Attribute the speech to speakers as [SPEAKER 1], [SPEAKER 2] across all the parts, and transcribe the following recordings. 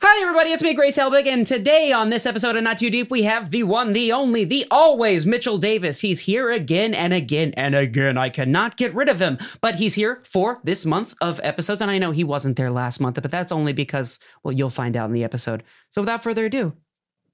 [SPEAKER 1] Hi, everybody. It's me, Grace Helbig. And today on this episode of Not Too Deep, we have the one, the only, the always Mitchell Davis. He's here again and again and again. I cannot get rid of him, but he's here for this month of episodes. And I know he wasn't there last month, but that's only because, well, you'll find out in the episode. So without further ado,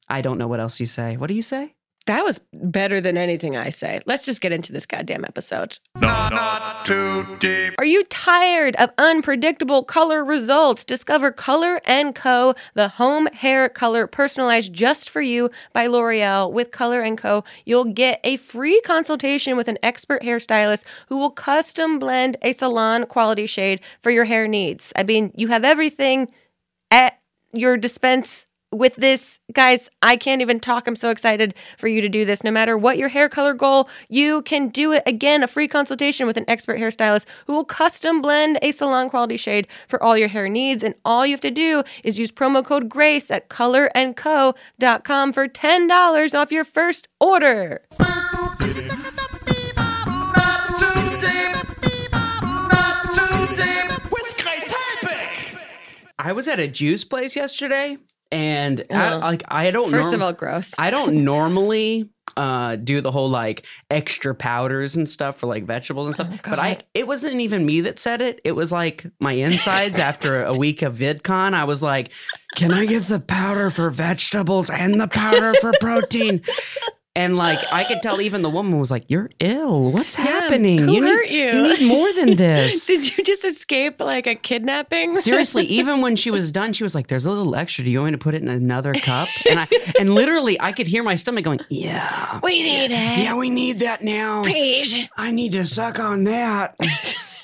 [SPEAKER 1] I don't know what else you say. What do you say?
[SPEAKER 2] That was better than anything I say. Let's just get into this goddamn episode.
[SPEAKER 3] Not, not too deep.
[SPEAKER 2] Are you tired of unpredictable color results? Discover Color & Co, the home hair color personalized just for you by L'Oreal. With Color & Co, you'll get a free consultation with an expert hairstylist who will custom blend a salon quality shade for your hair needs. I mean, you have everything at your dispense with this. Guys, I can't even talk. I'm so excited for you to do this. No matter what your hair color goal, you can do it again. A free consultation with an expert hairstylist who will custom blend a salon quality shade for all your hair needs. And all you have to do is use promo code GRACE at colorandco.com for $10 off your first order.
[SPEAKER 3] Not too deep. Not too deep. With Grace Helbig.
[SPEAKER 1] I was at a juice place yesterday, and I,
[SPEAKER 2] No.
[SPEAKER 1] like I don't.
[SPEAKER 2] First
[SPEAKER 1] norm-
[SPEAKER 2] of all, gross.
[SPEAKER 1] I don't normally uh do the whole like extra powders and stuff for like vegetables and stuff
[SPEAKER 2] Oh,
[SPEAKER 1] but i
[SPEAKER 2] God.
[SPEAKER 1] it wasn't even me that said it it was like my insides after a week of vidcon i was like can i get the powder for vegetables and the powder for protein and like i could tell even the woman was like you're ill what's
[SPEAKER 2] Yeah,
[SPEAKER 1] happening
[SPEAKER 2] Who
[SPEAKER 1] you, need,
[SPEAKER 2] hurt you?
[SPEAKER 1] you need more than this
[SPEAKER 2] Did you just escape like a kidnapping?
[SPEAKER 1] Seriously, even when she was done, she was like, "There's a little extra. Do you want me to put it in another cup?" And I and literally, I could hear my stomach going, "Yeah,
[SPEAKER 2] We need it.
[SPEAKER 1] yeah, we need that now.
[SPEAKER 2] Page.
[SPEAKER 1] I need to suck on that."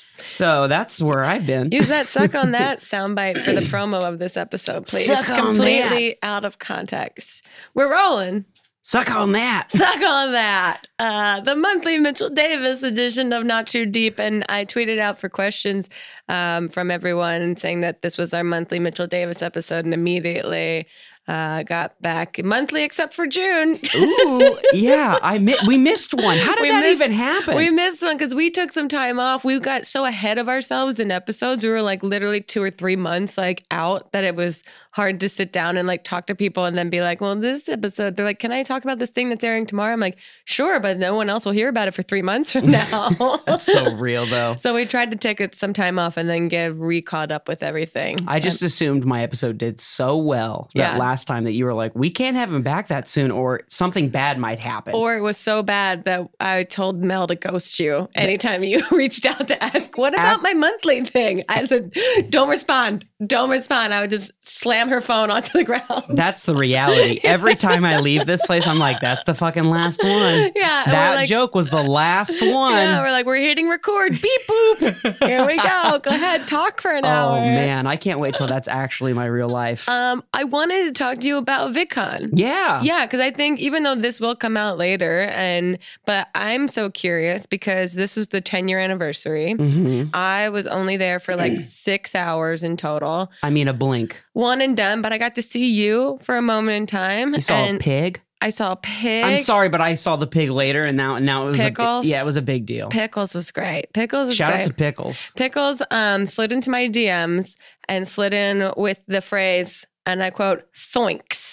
[SPEAKER 1] so that's where I've been.
[SPEAKER 2] Use that suck on that soundbite for the promo of this episode, please.
[SPEAKER 1] Suck on
[SPEAKER 2] Completely out of context. We're rolling.
[SPEAKER 1] suck on that.
[SPEAKER 2] Suck on that. Uh, the monthly Mitchell Davis edition of Not Too Deep. And I tweeted out for questions um, from everyone saying that this was our monthly Mitchell Davis episode and immediately uh, got back monthly except for June.
[SPEAKER 1] Ooh, yeah, I mi- we missed one. How did
[SPEAKER 2] We
[SPEAKER 1] that
[SPEAKER 2] missed-
[SPEAKER 1] even happen?
[SPEAKER 2] We missed one because we took some time off. We got so ahead of ourselves in episodes. We were like literally two or three months like out that it was hard to sit down and like talk to people and then be like, well, this episode, they're like, can I talk about this thing that's airing tomorrow? I'm like, sure, but no one else will hear about it for three months from now.
[SPEAKER 1] that's so real though.
[SPEAKER 2] so we tried to take it some time off and then get re caught up with everything.
[SPEAKER 1] I just assumed my episode did so well that
[SPEAKER 2] Yeah.
[SPEAKER 1] last time that you were like, we can't have him back that soon, or something bad might happen.
[SPEAKER 2] or it was so bad that I told Mel to ghost you anytime you reached out to ask, What about my monthly thing? I said, Don't respond. Don't respond. I would just slam her phone onto the ground.
[SPEAKER 1] That's the reality. Every time I leave this place, I'm like, that's the fucking last one.
[SPEAKER 2] yeah. and we're
[SPEAKER 1] that
[SPEAKER 2] like-
[SPEAKER 1] joke was the last one.
[SPEAKER 2] Yeah, we're like, We're hitting record. Beep boop. Here we go. Go ahead. Talk for an hour.
[SPEAKER 1] oh man, I can't wait till that's actually my real life.
[SPEAKER 2] Um, I wanted to talk to you about VidCon.
[SPEAKER 1] yeah.
[SPEAKER 2] Yeah, because I think even though this will come out later, and but I'm so curious because this was the 10 year anniversary.
[SPEAKER 1] hmm
[SPEAKER 2] I was only there for like six hours in total,
[SPEAKER 1] I mean, a blink.
[SPEAKER 2] one and done. But I got to see you for a moment in time,
[SPEAKER 1] You saw
[SPEAKER 2] and
[SPEAKER 1] a pig?
[SPEAKER 2] I saw a pig.
[SPEAKER 1] I'm sorry, but I saw the pig later, and now now it was a
[SPEAKER 2] Pickles?
[SPEAKER 1] bi- yeah, it was a big deal.
[SPEAKER 2] Pickles was great. Pickles was
[SPEAKER 1] Shout
[SPEAKER 2] great.
[SPEAKER 1] out to pickles.
[SPEAKER 2] Pickles um, slid into my DMs and slid in with the phrase, and I quote, "Thoinks."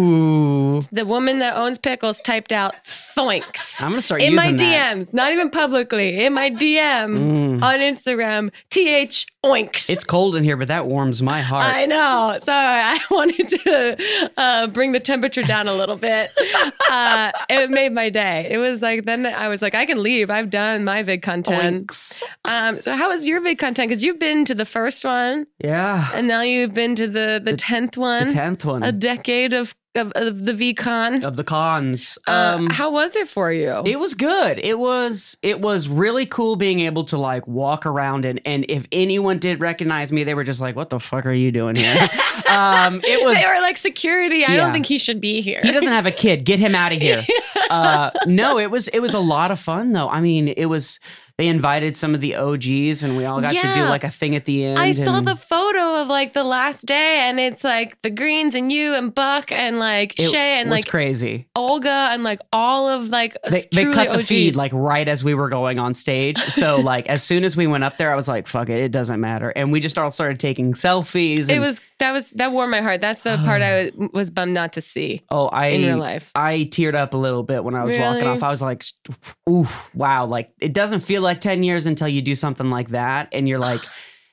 [SPEAKER 1] Ooh,
[SPEAKER 2] The woman that owns Pickles typed out "Thoinks"
[SPEAKER 1] I'm gonna start
[SPEAKER 2] in my
[SPEAKER 1] using that.
[SPEAKER 2] DMs, not even publicly, in my DM
[SPEAKER 1] Mm.
[SPEAKER 2] on Instagram. Th oinks.
[SPEAKER 1] It's cold in here, but that warms my heart.
[SPEAKER 2] I know. So I wanted to uh, bring the temperature down a little bit. uh, it made my day. It was like then I was like, I can leave. I've done my vid
[SPEAKER 1] Oh
[SPEAKER 2] content.
[SPEAKER 1] Oinks.
[SPEAKER 2] Um, so how was your vid content? Because you've been to the first one,
[SPEAKER 1] Yeah,
[SPEAKER 2] and now you've been to the the tenth
[SPEAKER 1] the
[SPEAKER 2] one.
[SPEAKER 1] tenth one
[SPEAKER 2] A decade of of, of the VCon.
[SPEAKER 1] of the cons.
[SPEAKER 2] Um, how was it for you?
[SPEAKER 1] It was good. It was it was really cool being able to like walk around and and if anyone did recognize me, they were just like, "What the fuck are you doing here?" um, it was.
[SPEAKER 2] they were like security. I
[SPEAKER 1] Yeah.
[SPEAKER 2] don't think he should be here.
[SPEAKER 1] He doesn't have a kid. Get him out of here. Uh, no, it was it was a lot of fun though. I mean, it was They invited some of the OGs, and we all got to do
[SPEAKER 2] Yeah.
[SPEAKER 1] like a thing at the end.
[SPEAKER 2] I saw
[SPEAKER 1] and
[SPEAKER 2] the photo of like the last day, and it's like the Greens and you and Buck and like
[SPEAKER 1] it
[SPEAKER 2] Shay and
[SPEAKER 1] was
[SPEAKER 2] like
[SPEAKER 1] crazy.
[SPEAKER 2] Olga and like all of like
[SPEAKER 1] They, they
[SPEAKER 2] truly
[SPEAKER 1] cut the
[SPEAKER 2] OGs.
[SPEAKER 1] feed like right as we were going on stage. So like as soon as we went up there, I was like, "Fuck it, it doesn't matter." And we just all started taking selfies.
[SPEAKER 2] It
[SPEAKER 1] and-
[SPEAKER 2] was that was that warmed my heart. That's the part I was, was bummed not to see
[SPEAKER 1] oh, I
[SPEAKER 2] in real life.
[SPEAKER 1] I teared up a little bit when I was walking
[SPEAKER 2] Really?
[SPEAKER 1] off. I was like, oof, wow. Like, it doesn't feel like 10 years until you do something like that. And you're like,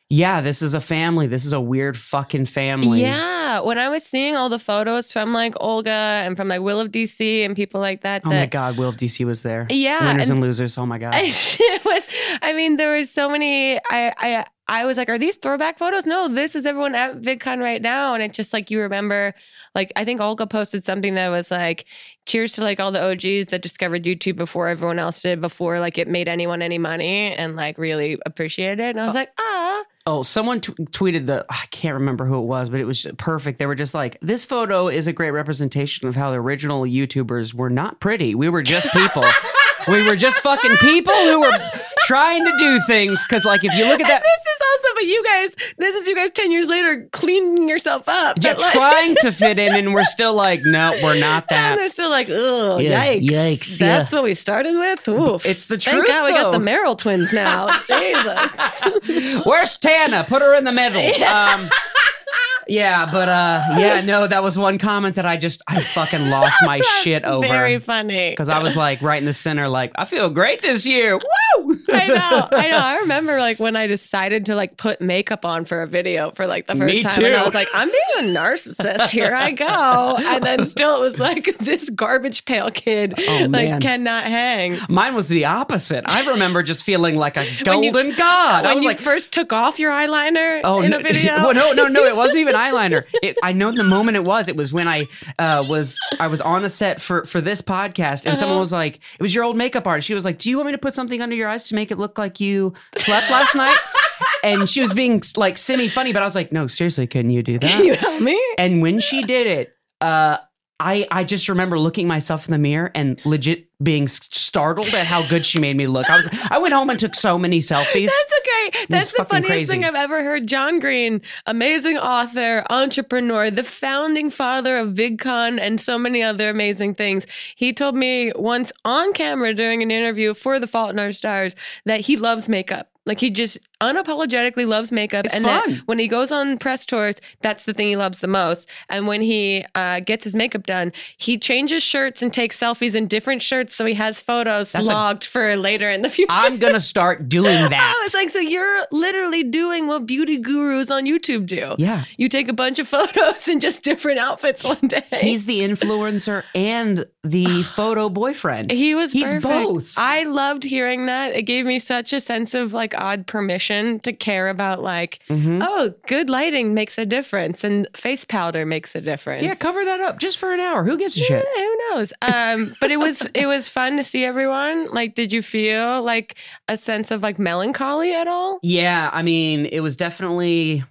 [SPEAKER 1] yeah, this is a family. This is a weird fucking family.
[SPEAKER 2] Yeah, when I was seeing all the photos from like Olga and from like Will of DC and people like that,
[SPEAKER 1] Oh my
[SPEAKER 2] that
[SPEAKER 1] God, Will of DC was there.
[SPEAKER 2] yeah,
[SPEAKER 1] Winners
[SPEAKER 2] and
[SPEAKER 1] and, losers. Oh my God.
[SPEAKER 2] it was. I mean, there were so many. I I I was like, are these throwback photos? No, this is everyone at VidCon right now, and it's just like you remember. Like I think Olga posted something that was like, "Cheers to like all the OGs that discovered YouTube before everyone else did, before like it made anyone any money, and like really appreciated it." And I was like, ah,
[SPEAKER 1] oh, someone t- tweeted the, I can't remember who it was, but it was perfect. They were just like, this photo is a great representation of how the original YouTubers were not pretty. We were just people. we were just fucking people who were trying to do things. Cause like, if you look at that.
[SPEAKER 2] And this is also, but you guys, this is you guys 10 years later cleaning yourself up.
[SPEAKER 1] Yeah,
[SPEAKER 2] But, like-
[SPEAKER 1] trying to fit in, and we're still like, no, we're not
[SPEAKER 2] And
[SPEAKER 1] that.
[SPEAKER 2] they're still like, oh,
[SPEAKER 1] Yeah,
[SPEAKER 2] yikes.
[SPEAKER 1] yikes,
[SPEAKER 2] That's what we started with. Oof.
[SPEAKER 1] It's the
[SPEAKER 2] Thank
[SPEAKER 1] truth,
[SPEAKER 2] God we got the
[SPEAKER 1] though.
[SPEAKER 2] Merrill twins now. Jesus.
[SPEAKER 1] Where's Tana? Put her in the middle. Um, yeah, but uh, yeah, no, that was one comment that I just I fucking lost my shit
[SPEAKER 2] Very
[SPEAKER 1] over
[SPEAKER 2] funny.
[SPEAKER 1] because I was like right in the center, like I feel great this year. Woo!
[SPEAKER 2] I know, I know. I remember like when I decided to like put makeup on for a video for like the first
[SPEAKER 1] Me
[SPEAKER 2] time, and I
[SPEAKER 1] too.
[SPEAKER 2] was like, I'm being a narcissist. Here I go. And then still, it was like this garbage pail kid
[SPEAKER 1] Oh,
[SPEAKER 2] like
[SPEAKER 1] man.
[SPEAKER 2] cannot hang.
[SPEAKER 1] Mine was the opposite. I remember just feeling like a
[SPEAKER 2] When you-
[SPEAKER 1] golden god. I
[SPEAKER 2] when
[SPEAKER 1] was
[SPEAKER 2] you
[SPEAKER 1] like,
[SPEAKER 2] first took off your eyeliner in
[SPEAKER 1] Oh, no,
[SPEAKER 2] a video.
[SPEAKER 1] well, no, no, no, it wasn't even eyeliner. It, I know the moment it was. It was when I uh, was I was on a set for for this podcast, and someone
[SPEAKER 2] Uh-huh.
[SPEAKER 1] was like, "It was your old makeup artist." She was like, "Do you want me to put something under your eyes to make it look like you slept last night?" And she was being like semi funny, but I was like, "No, seriously, couldn't you do
[SPEAKER 2] Can you
[SPEAKER 1] that?"
[SPEAKER 2] help me?
[SPEAKER 1] And when she did it, uh, I I just remember looking myself in the mirror and legit being s- startled at how good she made me look. I was I went home and took so many selfies.
[SPEAKER 2] That's okay. That's the
[SPEAKER 1] fucking
[SPEAKER 2] funniest
[SPEAKER 1] crazy.
[SPEAKER 2] thing I've ever heard. John Green, amazing author, entrepreneur, the founding father of VidCon, and so many other amazing things. He told me once on camera during an interview for The Fault in Our Stars that he loves makeup. Like he just unapologetically loves makeup,
[SPEAKER 1] It's
[SPEAKER 2] and
[SPEAKER 1] fun.
[SPEAKER 2] that when he goes on press tours, that's the thing he loves the most. And when he uh, gets his makeup done, he changes shirts and takes selfies in different shirts, so he has photos
[SPEAKER 1] That's a-
[SPEAKER 2] logged for later in the future.
[SPEAKER 1] I'm gonna start doing that.
[SPEAKER 2] Oh, it's like so you're literally doing what beauty gurus on YouTube do.
[SPEAKER 1] yeah.
[SPEAKER 2] You take a bunch of photos in just different outfits one day.
[SPEAKER 1] He's the influencer and the photo boyfriend.
[SPEAKER 2] he was
[SPEAKER 1] he's
[SPEAKER 2] perfect.
[SPEAKER 1] both.
[SPEAKER 2] I loved hearing that. It gave me such a sense of like odd permission to care about like,
[SPEAKER 1] Mhm.
[SPEAKER 2] oh, good lighting makes a difference and face powder makes a difference.
[SPEAKER 1] Yeah, cover that up just for an hour. Who gives a shit?
[SPEAKER 2] Oh, Yeah, who knows? Um, but it was it was fun to see everyone. Like, did you feel like a sense of like melancholy at all?
[SPEAKER 1] Yeah, I mean, it was definitely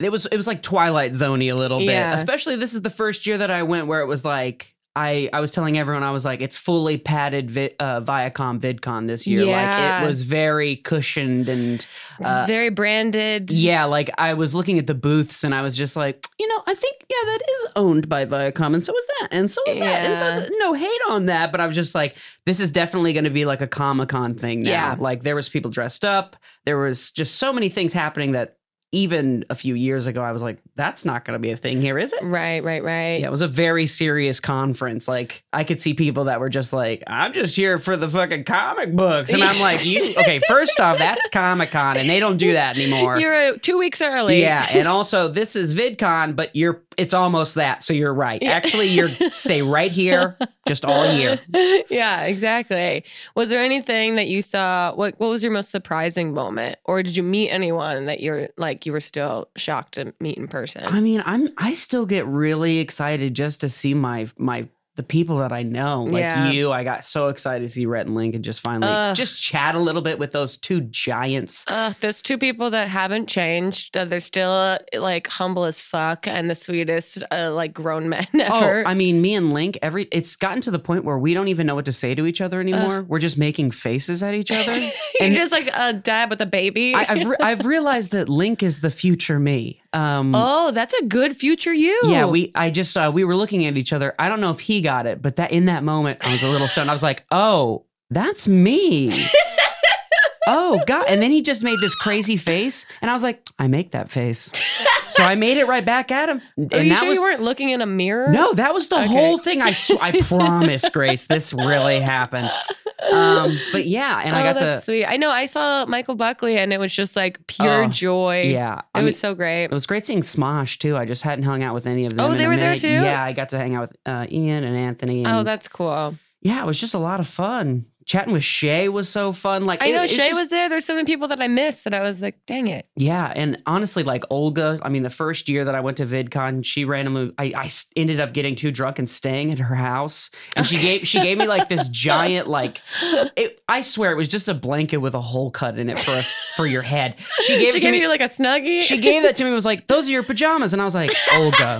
[SPEAKER 1] it was it was like Twilight Zoney a little
[SPEAKER 2] Yeah.
[SPEAKER 1] bit. Especially this is the first year that I went where it was like I, I was telling everyone I was like it's fully padded vi- uh, Viacom VidCon this year. Like
[SPEAKER 2] Yeah.
[SPEAKER 1] it was very cushioned and
[SPEAKER 2] It's
[SPEAKER 1] Uh,
[SPEAKER 2] very branded.
[SPEAKER 1] yeah, like I was looking at the booths and I was just like, you know, I think yeah, that is owned by Viacom, and so is that, and so is that, and so is
[SPEAKER 2] Yeah.
[SPEAKER 1] that. no hate on that, but I was just like, this is definitely going to be like a Comic Con thing now.
[SPEAKER 2] Yeah.
[SPEAKER 1] Like there was people dressed up, there was just so many things happening that even a few years ago I was like, that's not going to be a thing here, is it?
[SPEAKER 2] Right, right, right.
[SPEAKER 1] Yeah, it was a very serious conference. Like I could see people that were just like, I'm just here for the fucking comic books, and I'm like, you okay? First off, that's Comic Con, and they don't do that anymore.
[SPEAKER 2] You're uh, two weeks early.
[SPEAKER 1] Yeah, and also this is VidCon, but you're it's almost that, so you're right.
[SPEAKER 2] Yeah.
[SPEAKER 1] Actually, you're stay right here just all year.
[SPEAKER 2] yeah, exactly. Was there anything that you saw? What What was your most surprising moment, or did you meet anyone that you're like you were still shocked to meet in person?
[SPEAKER 1] I mean, I'm I still get really excited just to see my my the people that I know, like
[SPEAKER 2] Yeah.
[SPEAKER 1] you. I got so excited to see Rhett and Link and just finally
[SPEAKER 2] Ugh.
[SPEAKER 1] just chat a little bit with those two giants.
[SPEAKER 2] Uh, there's two people that haven't changed. That they're still uh, like humble as fuck and the sweetest uh, like grown men ever.
[SPEAKER 1] Oh, I mean, me and Link, every it's gotten to the point where we don't even know what to say to each other anymore. We're just making faces at each other.
[SPEAKER 2] You're
[SPEAKER 1] and-
[SPEAKER 2] just like a dad with a baby.
[SPEAKER 1] I, I've re- I've realized that Link is the future me. Um,
[SPEAKER 2] oh, that's a good future you.
[SPEAKER 1] Yeah, we I just uh, we were looking at each other. I don't know if he got it, but that in that moment I was a little stunned. I was like, "Oh, that's me." oh god. And then he just made this crazy face and I was like, "I make that face." so I made it right back at him. And
[SPEAKER 2] Are you
[SPEAKER 1] that
[SPEAKER 2] sure
[SPEAKER 1] was
[SPEAKER 2] you weren't looking in a mirror?
[SPEAKER 1] No, that was the
[SPEAKER 2] Okay.
[SPEAKER 1] whole thing. I sw- I promise, Grace, this really happened. Um, but yeah, and
[SPEAKER 2] oh,
[SPEAKER 1] I got to
[SPEAKER 2] that's sweet. I know. I saw Michael Buckley, and it was just like pure
[SPEAKER 1] Oh,
[SPEAKER 2] joy.
[SPEAKER 1] yeah,
[SPEAKER 2] it
[SPEAKER 1] I mean-
[SPEAKER 2] was so great.
[SPEAKER 1] It was great seeing Smosh too. I just hadn't hung out with any of them.
[SPEAKER 2] Oh,
[SPEAKER 1] in
[SPEAKER 2] they
[SPEAKER 1] a
[SPEAKER 2] were there
[SPEAKER 1] minute.
[SPEAKER 2] too?
[SPEAKER 1] Yeah, I got to hang out with uh, Ian and Anthony. And
[SPEAKER 2] oh, that's cool.
[SPEAKER 1] yeah, it was just a lot of fun. Chatting with Shay was so fun. Like
[SPEAKER 2] I
[SPEAKER 1] it-
[SPEAKER 2] know
[SPEAKER 1] it
[SPEAKER 2] Shay
[SPEAKER 1] just-
[SPEAKER 2] was there. There's so many people that I missed, and I was like, dang it.
[SPEAKER 1] Yeah, and honestly, like Olga. I mean, the first year that I went to VidCon, she randomly. I, I s- ended up getting too drunk and staying at her house, and she
[SPEAKER 2] Okay.
[SPEAKER 1] gave she gave me like this giant like. It, I swear it was just a blanket with a hole cut in it for a, for your head. She gave
[SPEAKER 2] she
[SPEAKER 1] it to
[SPEAKER 2] gave
[SPEAKER 1] me.
[SPEAKER 2] you like a snuggie.
[SPEAKER 1] She gave that to me and was like, those are your pajamas. And I was like, Olga,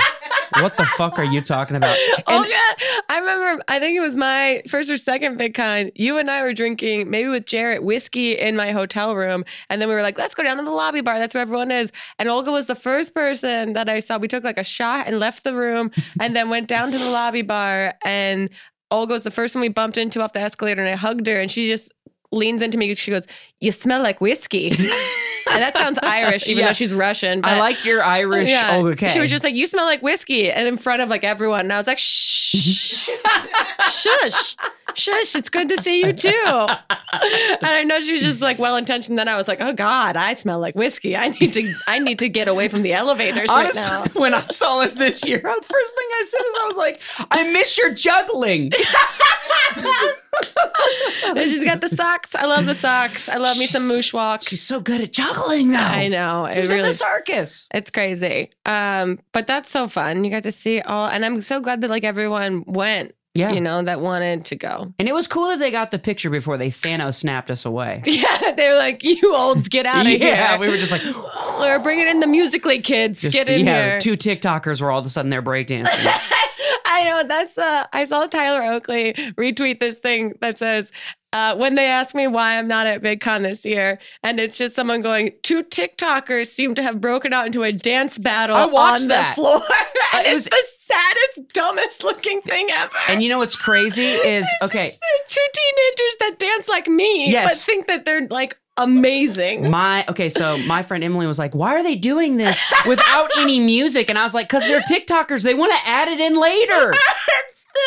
[SPEAKER 1] what the fuck are you talking about?
[SPEAKER 2] oh
[SPEAKER 1] And
[SPEAKER 2] yeah, I remember. I think it was my first or second VidCon. You and I were drinking, maybe with Jarrett, whiskey in my hotel room, and then we were like, "Let's go down to the lobby bar. That's where everyone is." And Olga was the first person that I saw. We took like a shot and left the room, and then went down to the lobby bar. And Olga was the first one we bumped into off the escalator, and I hugged her, and she just leans into me. She goes, "You smell like whiskey," and that sounds Irish, even
[SPEAKER 1] Yeah.
[SPEAKER 2] though she's Russian. But
[SPEAKER 1] I liked your Irish
[SPEAKER 2] Oh, yeah.
[SPEAKER 1] Olga K.
[SPEAKER 2] She was just like, "You smell like whiskey," and in front of like everyone, and I was like, "Shh, shush, shush." It's good to see you too. And I know she was just like well intentioned. Then I was like, "Oh God, I smell like whiskey. I need to, I need to get away from the elevators
[SPEAKER 1] Honestly,
[SPEAKER 2] right now."
[SPEAKER 1] when I saw him this year, the first thing I said is I was like, I miss your juggling.
[SPEAKER 2] And she's got the socks. I love the socks. I love me some moosh walks.
[SPEAKER 1] She's so good at juggling though.
[SPEAKER 2] I know. It
[SPEAKER 1] She was in
[SPEAKER 2] really
[SPEAKER 1] the circus.
[SPEAKER 2] It's crazy. Um, but that's so fun. You got to see all and I'm so glad that like everyone went,
[SPEAKER 1] Yeah.
[SPEAKER 2] you know, that wanted to go.
[SPEAKER 1] And it was cool that they got the picture before they Thanos snapped us away.
[SPEAKER 2] Yeah, they were like, "You olds, get out of
[SPEAKER 1] yeah,
[SPEAKER 2] here!"
[SPEAKER 1] we were just like,
[SPEAKER 2] We're bringing in the musically kids.
[SPEAKER 1] just,
[SPEAKER 2] get in
[SPEAKER 1] yeah,
[SPEAKER 2] here.
[SPEAKER 1] Two TikTokers were all of a sudden there breakdancing.
[SPEAKER 2] I know that's. Uh, I saw Tyler Oakley retweet this thing that says. Uh, when they ask me why I'm not at VidCon this year, and it's just someone going, two TikTokers seem to have broken out into a dance battle
[SPEAKER 1] I watched
[SPEAKER 2] on
[SPEAKER 1] that. Uh,
[SPEAKER 2] the floor. and
[SPEAKER 1] it
[SPEAKER 2] it's
[SPEAKER 1] was-
[SPEAKER 2] the saddest, dumbest looking thing ever.
[SPEAKER 1] and you know what's crazy is
[SPEAKER 2] It's
[SPEAKER 1] okay.
[SPEAKER 2] just, uh, two teenagers that dance like me,
[SPEAKER 1] Yes.
[SPEAKER 2] but think that they're like amazing.
[SPEAKER 1] My okay, so my friend Emily was like, "Why are they doing this without any music?" And I was like, "Cause they're TikTokers. They want to add it in later."
[SPEAKER 2] It's the-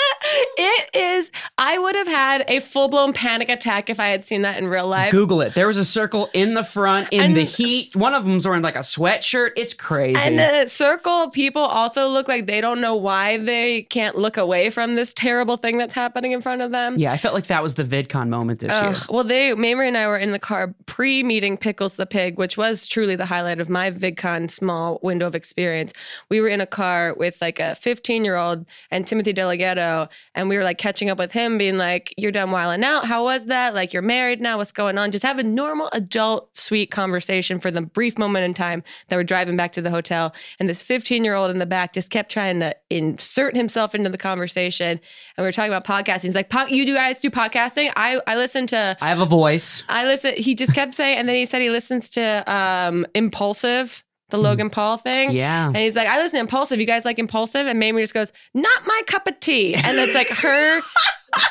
[SPEAKER 2] it is. I would have had a full blown panic attack if I had seen that in real life.
[SPEAKER 1] Google it. There was a circle in the front in the
[SPEAKER 2] And-
[SPEAKER 1] heat. One of them's wearing like a sweatshirt. It's crazy.
[SPEAKER 2] And the circle people also look like they don't know why they can't look away from this terrible thing that's happening in front of them.
[SPEAKER 1] yeah, I felt like that was the VidCon moment this year.
[SPEAKER 2] Ugh. Well, they Mamrie and I were in the car pre-meeting Pickles the Pig, which was truly the highlight of my VidCon small window of experience. We were in a car with like a 15-year-old and Timothy Delgado, and we were like catching up with him, being like, "You're done whiling out. How was that? Like, you're married now. What's going on?" Just have a normal adult, sweet conversation for the brief moment in time that we're driving back to the hotel. And this 15-year-old in the back just kept trying to insert himself into the conversation and we were talking about podcasting. He's like, "Po- "You do guys do podcasting? I I listen to."
[SPEAKER 1] I have a voice.
[SPEAKER 2] I listen. He just kept saying, and then he said he listens to um, Impulsive, the Logan Paul thing.
[SPEAKER 1] Mm. Yeah.
[SPEAKER 2] And he's like, I listen to Impulsive. You guys like Impulsive? And Mamie just goes, Not my cup of tea. And it's like her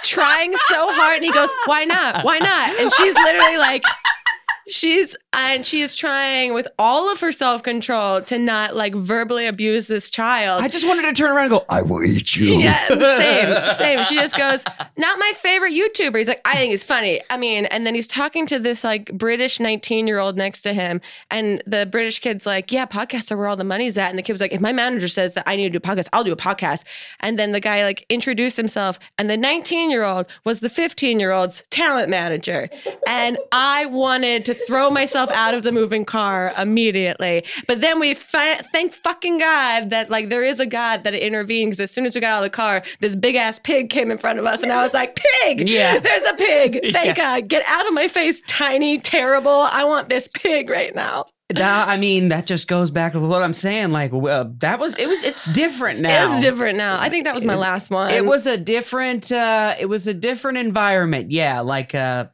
[SPEAKER 2] trying so hard. And he goes, Why not? Why not? And she's literally like, She's and she is trying with all of her self control to not like verbally abuse this child.
[SPEAKER 1] I just wanted to turn around and go,
[SPEAKER 3] I will eat you.
[SPEAKER 2] Yeah, same, same. She just goes, not my favorite YouTuber. He's like, I think he's funny. I mean, and then he's talking to this like British 19 year old next to him. And the British kid's like, yeah, podcasts are where all the money's at. And the kid was like, if my manager says that I need to do a podcast, I'll do a podcast. And then the guy like introduced himself. And the 19 year old was the 15 year old's talent manager. And I wanted to throw myself myself out of the moving car immediately. But then we fi- thank fucking God that like there is a God that intervened because as soon as we got out of the car, this big ass pig came in front of us, and I was like, "Pig!
[SPEAKER 1] Yeah.
[SPEAKER 2] there's a pig! Thank
[SPEAKER 1] Yeah.
[SPEAKER 2] God! Get out of my face, tiny, terrible! I want this pig right now."
[SPEAKER 1] That- I mean, that just goes back to what I'm saying. Like, uh, that was it was it's different now.
[SPEAKER 2] It's different now. I think that was my
[SPEAKER 1] It-
[SPEAKER 2] last one.
[SPEAKER 1] It was a different uh it was a different environment. Yeah, like uh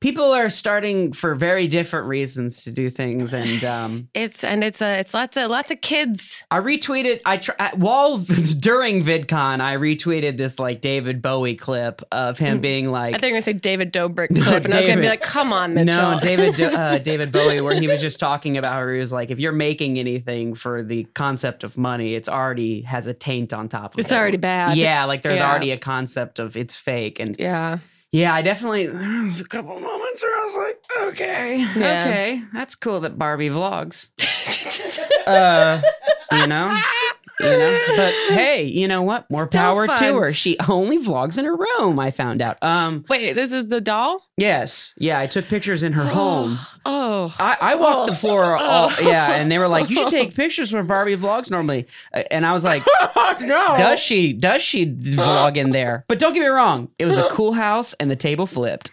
[SPEAKER 1] people are starting for very different reasons to do things and um
[SPEAKER 2] It's and it's a it's lots of lots of kids.
[SPEAKER 1] I retweeted I tr- at- while during VidCon I retweeted this like David Bowie clip of him being
[SPEAKER 2] Mm. I
[SPEAKER 1] like
[SPEAKER 2] think I'm gonna say David Dobrik clip,
[SPEAKER 1] No,
[SPEAKER 2] and I was gonna
[SPEAKER 1] David.
[SPEAKER 2] be like, "Come on, Mitchell."
[SPEAKER 1] no, David Do- uh, David Bowie, where he was just talking about how he was like, if you're making anything for the concept of money, it's already has a taint on top of it.
[SPEAKER 2] It's already bad.
[SPEAKER 1] Yeah, like there's
[SPEAKER 2] Yeah.
[SPEAKER 1] already a concept of it's fake, and
[SPEAKER 2] Yeah.
[SPEAKER 1] Yeah, I definitely. There was a couple moments where I was like, okay,
[SPEAKER 2] Yeah.
[SPEAKER 1] okay, that's cool that Barbie vlogs. Uh, you know, you know. But hey, you know what? More
[SPEAKER 2] Still
[SPEAKER 1] power
[SPEAKER 2] fun.
[SPEAKER 1] to her. She only vlogs in her room. I found out. Um,
[SPEAKER 2] Wait, this is the doll?
[SPEAKER 1] yes, yeah, I took pictures in her home.
[SPEAKER 2] Oh.
[SPEAKER 1] I, I walked the floor, all,
[SPEAKER 2] Oh.
[SPEAKER 1] yeah, and they were like, "You should take pictures from Barbie vlogs normally," Uh, and I was like,
[SPEAKER 2] no.
[SPEAKER 1] "Does she? Does she vlog in there?" But don't get me wrong, it was a cool house, and the table flipped.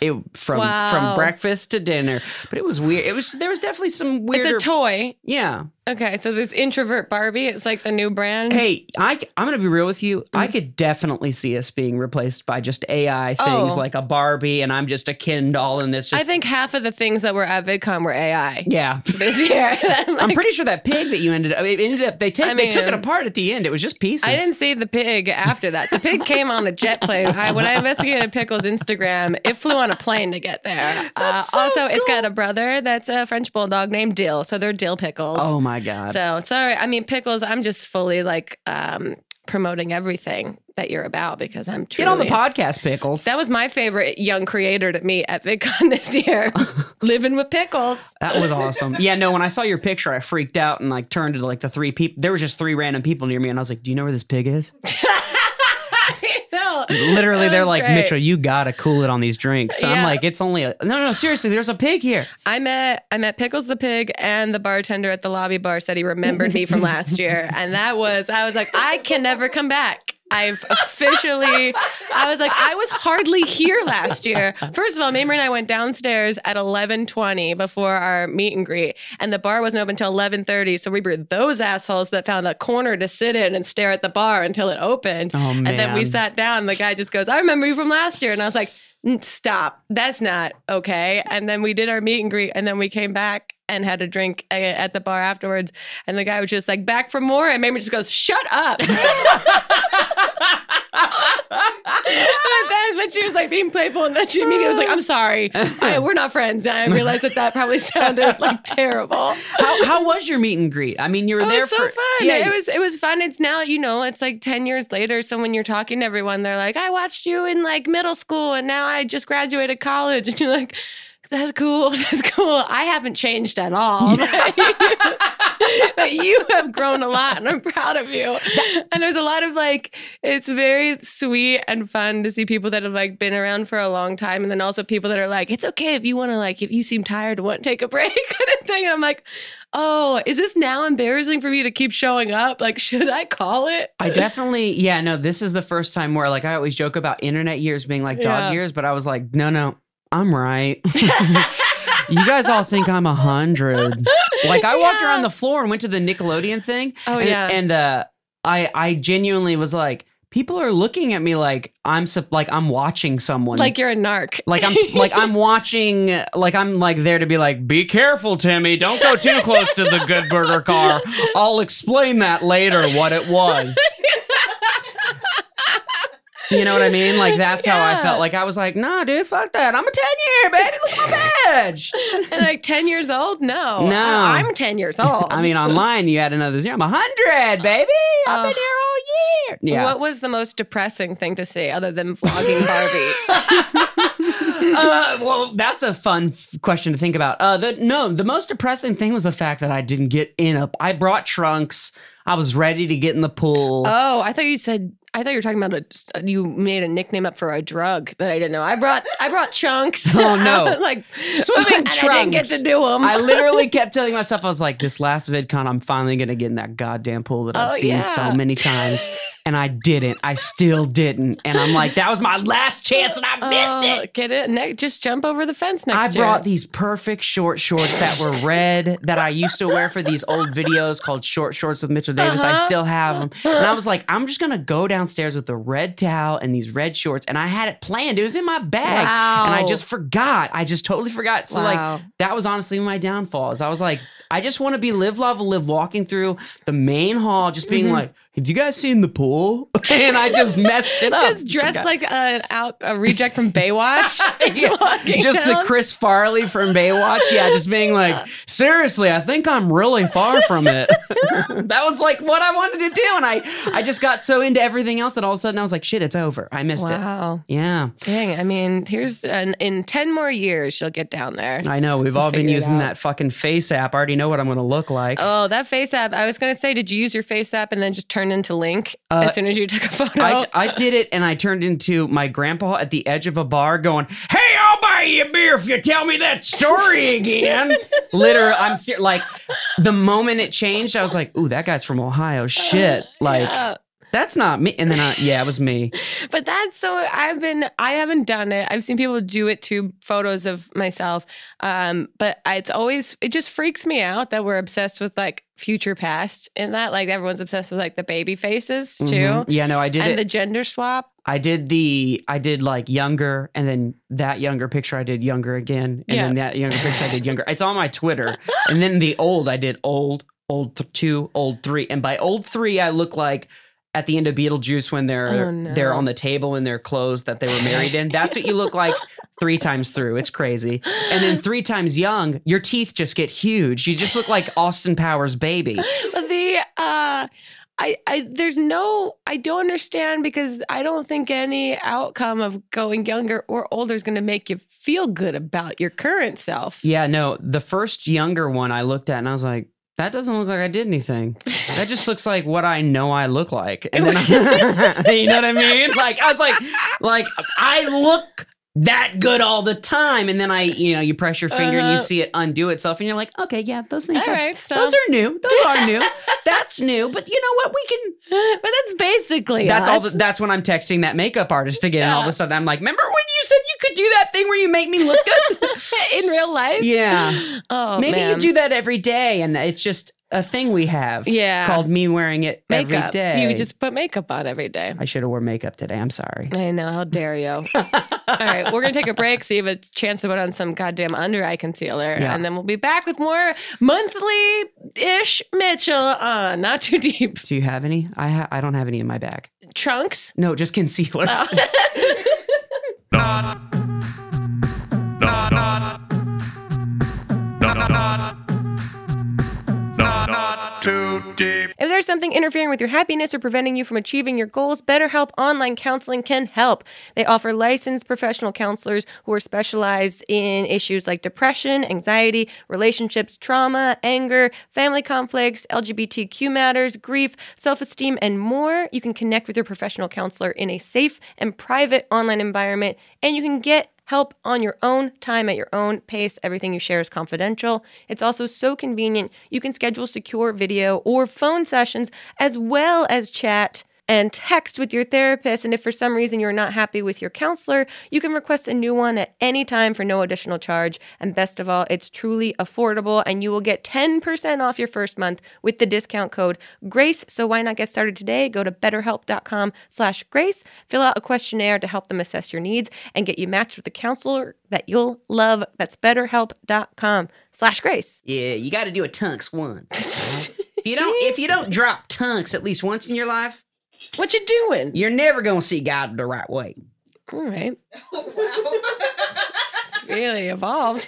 [SPEAKER 1] It from
[SPEAKER 2] Wow.
[SPEAKER 1] from breakfast to dinner, but it was weird. It was there was definitely some weird.
[SPEAKER 2] It's a toy.
[SPEAKER 1] yeah.
[SPEAKER 2] Okay, so this introvert Barbie, it's like the new brand.
[SPEAKER 1] Hey, I c- I'm gonna be real with you.
[SPEAKER 2] Mm-hmm.
[SPEAKER 1] I could definitely see us being replaced by just AI things
[SPEAKER 2] Oh.
[SPEAKER 1] like a Barbie, and I'm just a Ken doll, and this just
[SPEAKER 2] I think half of the things that were at VidCon were AI
[SPEAKER 1] yeah.
[SPEAKER 2] this year.
[SPEAKER 1] I'm pretty sure that pig that you ended up, it ended up, they, take,
[SPEAKER 2] I
[SPEAKER 1] they took it
[SPEAKER 2] mean-
[SPEAKER 1] apart at the end. It was just pieces.
[SPEAKER 2] I didn't see the pig after that. The pig came on a jet plane. I, when I investigated Pickle's Instagram, it flew on a plane to get there. Uh,
[SPEAKER 1] That's so
[SPEAKER 2] also, it's got a brother that's a French bulldog named Dill, so they're Dill Pickles.
[SPEAKER 1] Oh my god.
[SPEAKER 2] So sorry. I mean, Pickles, I'm just fully like um, promoting everything that you're about because I'm
[SPEAKER 1] Get
[SPEAKER 2] truly.
[SPEAKER 1] on the podcast, pickles.
[SPEAKER 2] That was my favorite young creator to meet at VidCon this year, living with Pickles.
[SPEAKER 1] That was awesome. yeah, no, when I saw your picture, I freaked out and like turned to like the three people. There was just three random people near me, and I was like, "Do you know where this pig is?"
[SPEAKER 2] I know.
[SPEAKER 1] Literally,
[SPEAKER 2] That
[SPEAKER 1] they're
[SPEAKER 2] was
[SPEAKER 1] like,
[SPEAKER 2] great.
[SPEAKER 1] "Mitchell, you gotta cool it on these drinks." And I'm
[SPEAKER 2] Yeah.
[SPEAKER 1] like, "It's only a no, no, seriously. There's a pig here."
[SPEAKER 2] I met I met Pickles the pig and the bartender at the lobby bar said he remembered me from last year, and that was I was like I can never come back. I've officially I was like I was hardly here last year. First of all, Mamrie and I went downstairs at 11:20 before our meet and greet, and the bar wasn't open until 11:30. So we were those assholes that found a corner to sit in and stare at the bar until it opened.
[SPEAKER 1] Oh man.
[SPEAKER 2] And then we sat down. The guy just goes, I remember you from last year. And I was like, "N- stop. That's not okay. And then we did our meet and greet. And then we came back and had a drink a- at the bar afterwards. And the guy was just like, back for more. And Mamie just goes, shut up. but, then, but she was like being playful. And then she immediately was like, I'm sorry. I, we're not friends. And I realized that that probably sounded like terrible.
[SPEAKER 1] How, how was your meet and greet? I mean, you were
[SPEAKER 2] It
[SPEAKER 1] there
[SPEAKER 2] was Oh, so
[SPEAKER 1] for
[SPEAKER 2] fun.
[SPEAKER 1] Yeah,
[SPEAKER 2] It was it was fun. It's now you know it's like ten years later. So when you're talking to everyone, they're like, "I watched you in like middle school, and now I just graduated college," and you're like. That's cool. That's cool. I haven't changed at all. but you have grown a lot and I'm proud of you. And there's a lot of like, it's very sweet and fun to see people that have like been around for a long time. And then also people that are like, it's okay if you want to like, if you seem tired, want to take a break kind of thing. And I'm like, oh, is this now embarrassing for me to keep showing up? Like, should I call it?
[SPEAKER 1] I definitely, yeah, no, this is the first time where like I always joke about internet years being like dog
[SPEAKER 2] Yeah.
[SPEAKER 1] years, but I was like, no, no, I'm right. you guys all think I'm a hundred. Like I walked
[SPEAKER 2] Yeah.
[SPEAKER 1] around the floor and went to the Nickelodeon thing.
[SPEAKER 2] Oh,
[SPEAKER 1] and,
[SPEAKER 2] yeah.
[SPEAKER 1] And uh I I genuinely was like, people are looking at me like I'm sup- like I'm watching someone.
[SPEAKER 2] like you're a narc.
[SPEAKER 1] like I'm like I'm watching like I'm like there to be like be careful Timmy don't go too close to the good burger car I'll explain that later what it was You know what I mean like that's how I
[SPEAKER 2] Yeah.
[SPEAKER 1] felt like I was like nah dude fuck that I'm a 10 year baby look at my badge
[SPEAKER 2] And like 10 years old? No.
[SPEAKER 1] No.
[SPEAKER 2] I- I'm 10 years old.
[SPEAKER 1] I mean online you had another zero I'm 100 baby I've been
[SPEAKER 2] Ugh.
[SPEAKER 1] here all year Yeah
[SPEAKER 2] What was the most depressing thing to see other than vlogging Barbie?
[SPEAKER 1] uh, well, that's a fun f- question to think about. Uh, the, no, the most depressing thing was the fact that I didn't get in. A, I brought trunks. I was ready to get in the pool.
[SPEAKER 2] Oh, I thought you said. I thought you were talking about a, just- uh, you made a nickname up for a drug that I didn't know. I brought I brought chunks.
[SPEAKER 1] Oh, no.
[SPEAKER 2] I was like
[SPEAKER 1] Swimming
[SPEAKER 2] and I didn't get
[SPEAKER 1] trunks.
[SPEAKER 2] to do them.
[SPEAKER 1] I literally kept telling myself, I was like, this last VidCon, I'm finally going to get in that goddamn pool that I've
[SPEAKER 2] Oh,
[SPEAKER 1] seen
[SPEAKER 2] yeah.
[SPEAKER 1] so many times. And I didn't. I still didn't. And I'm like, that was my last chance and I missed it.
[SPEAKER 2] Oh, Get it? Ne- just jump over the fence next
[SPEAKER 1] I
[SPEAKER 2] year.
[SPEAKER 1] brought these perfect short shorts that were red that I used to wear for these old videos called Short Shorts with Mitchell Davis. I
[SPEAKER 2] Uh-huh.
[SPEAKER 1] still have them. And I was like, I'm just going to go downstairs with the red towel and these red shorts. And I had it planned. It was in my bag. And I
[SPEAKER 2] Wow.
[SPEAKER 1] just forgot. I just totally forgot. So,
[SPEAKER 2] Wow.
[SPEAKER 1] like, that was honestly my downfall. Is I was like, I just want to be live, love, live walking through the main hall, just
[SPEAKER 2] Mm-hmm.
[SPEAKER 1] being like, have you guys seen the pool? and I just messed it up.
[SPEAKER 2] just dressed
[SPEAKER 1] Forgot.
[SPEAKER 2] like an out a reject from Baywatch.
[SPEAKER 1] Yeah,
[SPEAKER 2] walking
[SPEAKER 1] just the
[SPEAKER 2] down.
[SPEAKER 1] Chris Farley from Baywatch. Yeah, just being like, seriously, I think I'm really far from it. that was like what I wanted to do, and I I just got so into everything else that all of a sudden I was like, shit, it's over. I missed it.
[SPEAKER 2] Wow.
[SPEAKER 1] Yeah,
[SPEAKER 2] Dang. I mean, here's an, in 10 more years, she'll get down there.
[SPEAKER 1] I know. We've all been
[SPEAKER 2] Figure it
[SPEAKER 1] using
[SPEAKER 2] out.
[SPEAKER 1] that fucking face app. I already know what I'm gonna look like.
[SPEAKER 2] Oh, that face app. I was going to say, did you use your face app and then just turn into Link as soon as you took a photo?
[SPEAKER 1] Uh, I, I did it and I turned into my grandpa at the edge of a bar going, Hey, I'll buy you a beer if you tell me that story again. Literally, I'm ser- like, the moment it changed, I was like, Ooh, that guy's from Ohio. Shit. Like,
[SPEAKER 2] Uh, Yeah.
[SPEAKER 1] that's not me. And then I, yeah, it was me.
[SPEAKER 2] But that's so I've been I haven't done it. I've seen people do it to photos of myself. Um, but I, it's always it just freaks me out that we're obsessed with like future past and that like everyone's obsessed with like the baby faces too.
[SPEAKER 1] Mhm. Yeah, no, I did
[SPEAKER 2] And
[SPEAKER 1] it.
[SPEAKER 2] the gender swap.
[SPEAKER 1] I did the, I did like younger and then that younger picture, I did younger again. And
[SPEAKER 2] Yeah.
[SPEAKER 1] then that younger picture, I did younger. It's on my Twitter. And then the old, I did old, old th- two, old three. And by old three, I look like at the end of Beetlejuice when they're
[SPEAKER 2] Oh, no.
[SPEAKER 1] they're on the table in their clothes that they were married in. That's what you look like three times through. It's crazy. And then three times young, your teeth just get huge. You just look like Austin Powers baby.
[SPEAKER 2] The uh I, I there's no I don't understand because I don't think any outcome of going younger or older is gonna make you feel good about your current self.
[SPEAKER 1] Yeah, no, the first younger one I looked at and I was like, that doesn't look like I did anything. That just looks like what I know I look like. And then I, you know what I mean? Like I was like, like I look that good all the time. And then I, you know, you press your finger and you
[SPEAKER 2] Uh-huh.
[SPEAKER 1] see it undo itself, and you're like, okay, yeah, those things.
[SPEAKER 2] All
[SPEAKER 1] have-
[SPEAKER 2] right, so-
[SPEAKER 1] Those are new. Those are new. That's new. But you know what? We can
[SPEAKER 2] but that's basically
[SPEAKER 1] that's all.
[SPEAKER 2] us.
[SPEAKER 1] The, that's when I'm texting that makeup artist again. And all of
[SPEAKER 2] Yeah.
[SPEAKER 1] a sudden, I'm like, remember when you said you could do that thing where you make me look good?
[SPEAKER 2] in real life.
[SPEAKER 1] yeah.
[SPEAKER 2] Oh,
[SPEAKER 1] Maybe
[SPEAKER 2] man.
[SPEAKER 1] you do that every day, and it's just a thing we have.
[SPEAKER 2] Yeah.
[SPEAKER 1] Called me wearing it every
[SPEAKER 2] makeup.
[SPEAKER 1] day.
[SPEAKER 2] You just put makeup on every day.
[SPEAKER 1] I should have wore makeup today. I'm sorry.
[SPEAKER 2] I know. How dare you? all right, we're gonna take a break so you have a chance to put on some goddamn under eye concealer,
[SPEAKER 1] Yeah.
[SPEAKER 2] and then we'll be back with more monthly ish Mitchell on not too deep
[SPEAKER 1] Do you have any? I ha- I don't have any in my bag.
[SPEAKER 2] trunks.
[SPEAKER 1] No, just concealer.
[SPEAKER 3] Too deep.
[SPEAKER 2] If there's something interfering with your happiness or preventing you from achieving your goals, BetterHelp Online Counseling can help. They offer licensed professional counselors who are specialized in issues like depression, anxiety, relationships, trauma, anger, family conflicts, LGBTQ matters, grief, self esteem, and more. You can connect with your professional counselor in a safe and private online environment, and you can get help on your own time at your own pace. Everything you share is confidential. It's also so convenient. You can schedule secure video or phone sessions as well as chat and text with your therapist. And if for some reason you're not happy with your counselor, you can request a new one at any time for no additional charge. And best of all, it's truly affordable and you will get 10% off your first month with the discount code GRACE. So why not get started today? Go to betterhelp.com slash grace, fill out a questionnaire to help them assess your needs and get you matched with a counselor that you'll love. That's betterhelp.com slash grace.
[SPEAKER 1] Yeah, you got to do a tunks once. if you don't, if you don't drop tunks at least once in your life,
[SPEAKER 2] What you doing?
[SPEAKER 1] you're never gonna see God the right way.
[SPEAKER 2] All right.
[SPEAKER 1] Oh,
[SPEAKER 2] It's really evolved.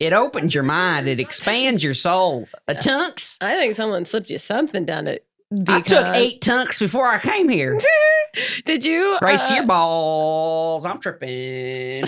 [SPEAKER 1] It opens your mind. It expands your soul. A tunks.
[SPEAKER 2] I think someone slipped you something down it.
[SPEAKER 1] I took eight tunks before I came here.
[SPEAKER 2] Did you
[SPEAKER 1] Brace
[SPEAKER 2] uh,
[SPEAKER 1] your balls. I'm tripping.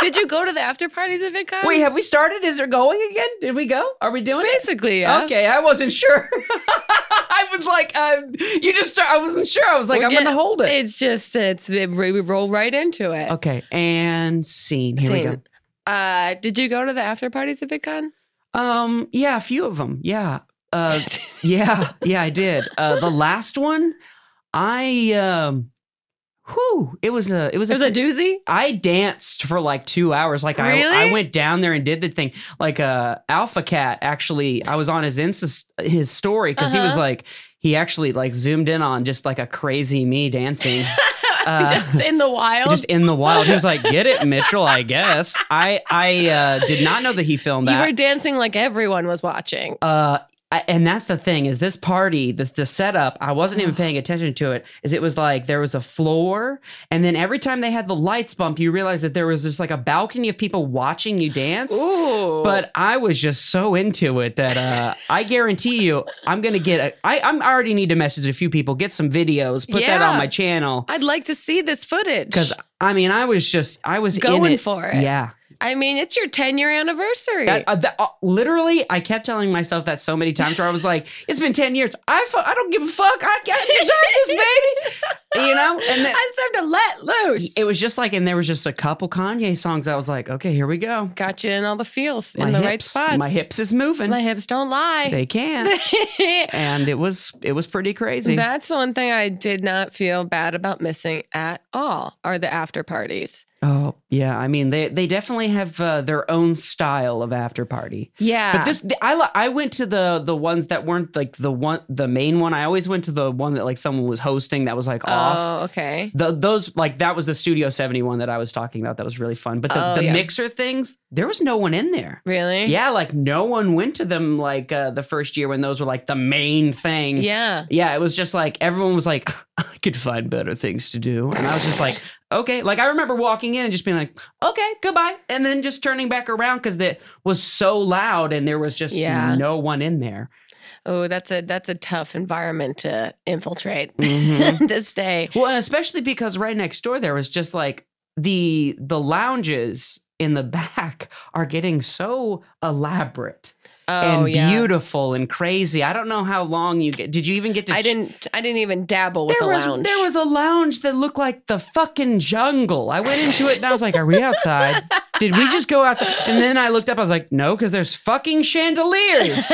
[SPEAKER 2] Did you go to the after parties at VidCon?
[SPEAKER 1] Wait, have we started? Is there going again? Did we go? Are we doing it?
[SPEAKER 2] basically, yeah.
[SPEAKER 1] Okay, I wasn't sure. I was like, uh, you just start. I wasn't sure. I was like,
[SPEAKER 2] We're
[SPEAKER 1] I'm going to
[SPEAKER 2] getting-
[SPEAKER 1] hold it.
[SPEAKER 2] It's just it's it, we roll right into it.
[SPEAKER 1] Okay, and scene. Here we
[SPEAKER 2] Scene. Uh, did you go to the after parties at VidCon?
[SPEAKER 1] go. Um, yeah, a few of them. Yeah, uh, yeah, yeah. I did. Uh, the last one, I um, whew, it was a, it was
[SPEAKER 2] it was
[SPEAKER 1] a
[SPEAKER 2] a doozy.
[SPEAKER 1] I danced for like two hours. Like
[SPEAKER 2] Really?
[SPEAKER 1] I, I went down there and did the thing. Like uh, Alpha Cat actually, I was on his Insta, his story because he was
[SPEAKER 2] Uh-huh.
[SPEAKER 1] like, he actually like zoomed in on just like a crazy me dancing. Uh,
[SPEAKER 2] just in the wild.
[SPEAKER 1] Just in the wild, he was like, "Get it, Mitchell." I guess I I uh, did not know that he filmed
[SPEAKER 2] you
[SPEAKER 1] that.
[SPEAKER 2] were dancing like everyone was watching.
[SPEAKER 1] Uh, I, and that's the thing is this party, the, the setup, I wasn't even paying attention to it. Is it was like there was a floor, and then every time they had the lights bump, you realize that there was just like a balcony of people watching you dance.
[SPEAKER 2] Ooh.
[SPEAKER 1] But I was just so into it that uh, I guarantee you, I'm gonna get. A, I I'm I already need to message a few people, get some videos, put that on
[SPEAKER 2] Yeah.
[SPEAKER 1] my channel.
[SPEAKER 2] I'd like to see this footage.
[SPEAKER 1] Because I mean, I was just, I was in
[SPEAKER 2] going
[SPEAKER 1] it.
[SPEAKER 2] for it.
[SPEAKER 1] Yeah,
[SPEAKER 2] I mean, it's your 10 year anniversary.
[SPEAKER 1] That, uh, that, uh, literally, I kept telling myself that so many times where I was like, it's been 10 years. I, fu- I don't give a fuck. I, I deserve this, baby. uh, You know? And then,
[SPEAKER 2] I just have to let loose.
[SPEAKER 1] it was just like, and there was just a couple Kanye songs. I was like, okay, here we go.
[SPEAKER 2] got you in all the feels
[SPEAKER 1] My
[SPEAKER 2] in the
[SPEAKER 1] hips,
[SPEAKER 2] right spots.
[SPEAKER 1] My hips is moving.
[SPEAKER 2] My hips don't lie.
[SPEAKER 1] they can. and it was, it was pretty crazy.
[SPEAKER 2] That's the one thing I did not feel bad about missing at all are the after parties.
[SPEAKER 1] oh, yeah. I mean, they, they definitely have uh, their own style of after party.
[SPEAKER 2] Yeah.
[SPEAKER 1] But this, th- I li- I went to the the ones that weren't like the one the main one. I always went to the one that like someone was hosting that was like off.
[SPEAKER 2] Oh, okay.
[SPEAKER 1] The, those like that was the Studio seventy one that I was talking about. That was really fun. But the,
[SPEAKER 2] Oh,
[SPEAKER 1] the
[SPEAKER 2] yeah.
[SPEAKER 1] mixer things, there was no one in there.
[SPEAKER 2] Really?
[SPEAKER 1] Yeah, like no one went to them like uh, the first year when those were like the main thing.
[SPEAKER 2] Yeah.
[SPEAKER 1] Yeah, it was just like everyone was like, I could find better things to do. And I was just like, okay. Like I remember walking in and just being like, okay, goodbye. And then just turning back around because it was so loud and there was just
[SPEAKER 2] Yeah.
[SPEAKER 1] no one in there.
[SPEAKER 2] Oh, that's a that's a tough environment to infiltrate
[SPEAKER 1] Mhm.
[SPEAKER 2] to stay.
[SPEAKER 1] well, and especially because right next door there was just like the the lounges in the back are getting so elaborate
[SPEAKER 2] Oh,
[SPEAKER 1] and
[SPEAKER 2] yeah.
[SPEAKER 1] beautiful and crazy. I don't know how long you get. Did you even get to
[SPEAKER 2] I
[SPEAKER 1] ch-
[SPEAKER 2] didn't I didn't even dabble with
[SPEAKER 1] there
[SPEAKER 2] a
[SPEAKER 1] was
[SPEAKER 2] lounge.
[SPEAKER 1] there was a lounge that looked like the fucking jungle. I went into it and I was like, "Are we outside? Did we just go outside?" And then I looked up. I was like, "No, because there's fucking chandeliers."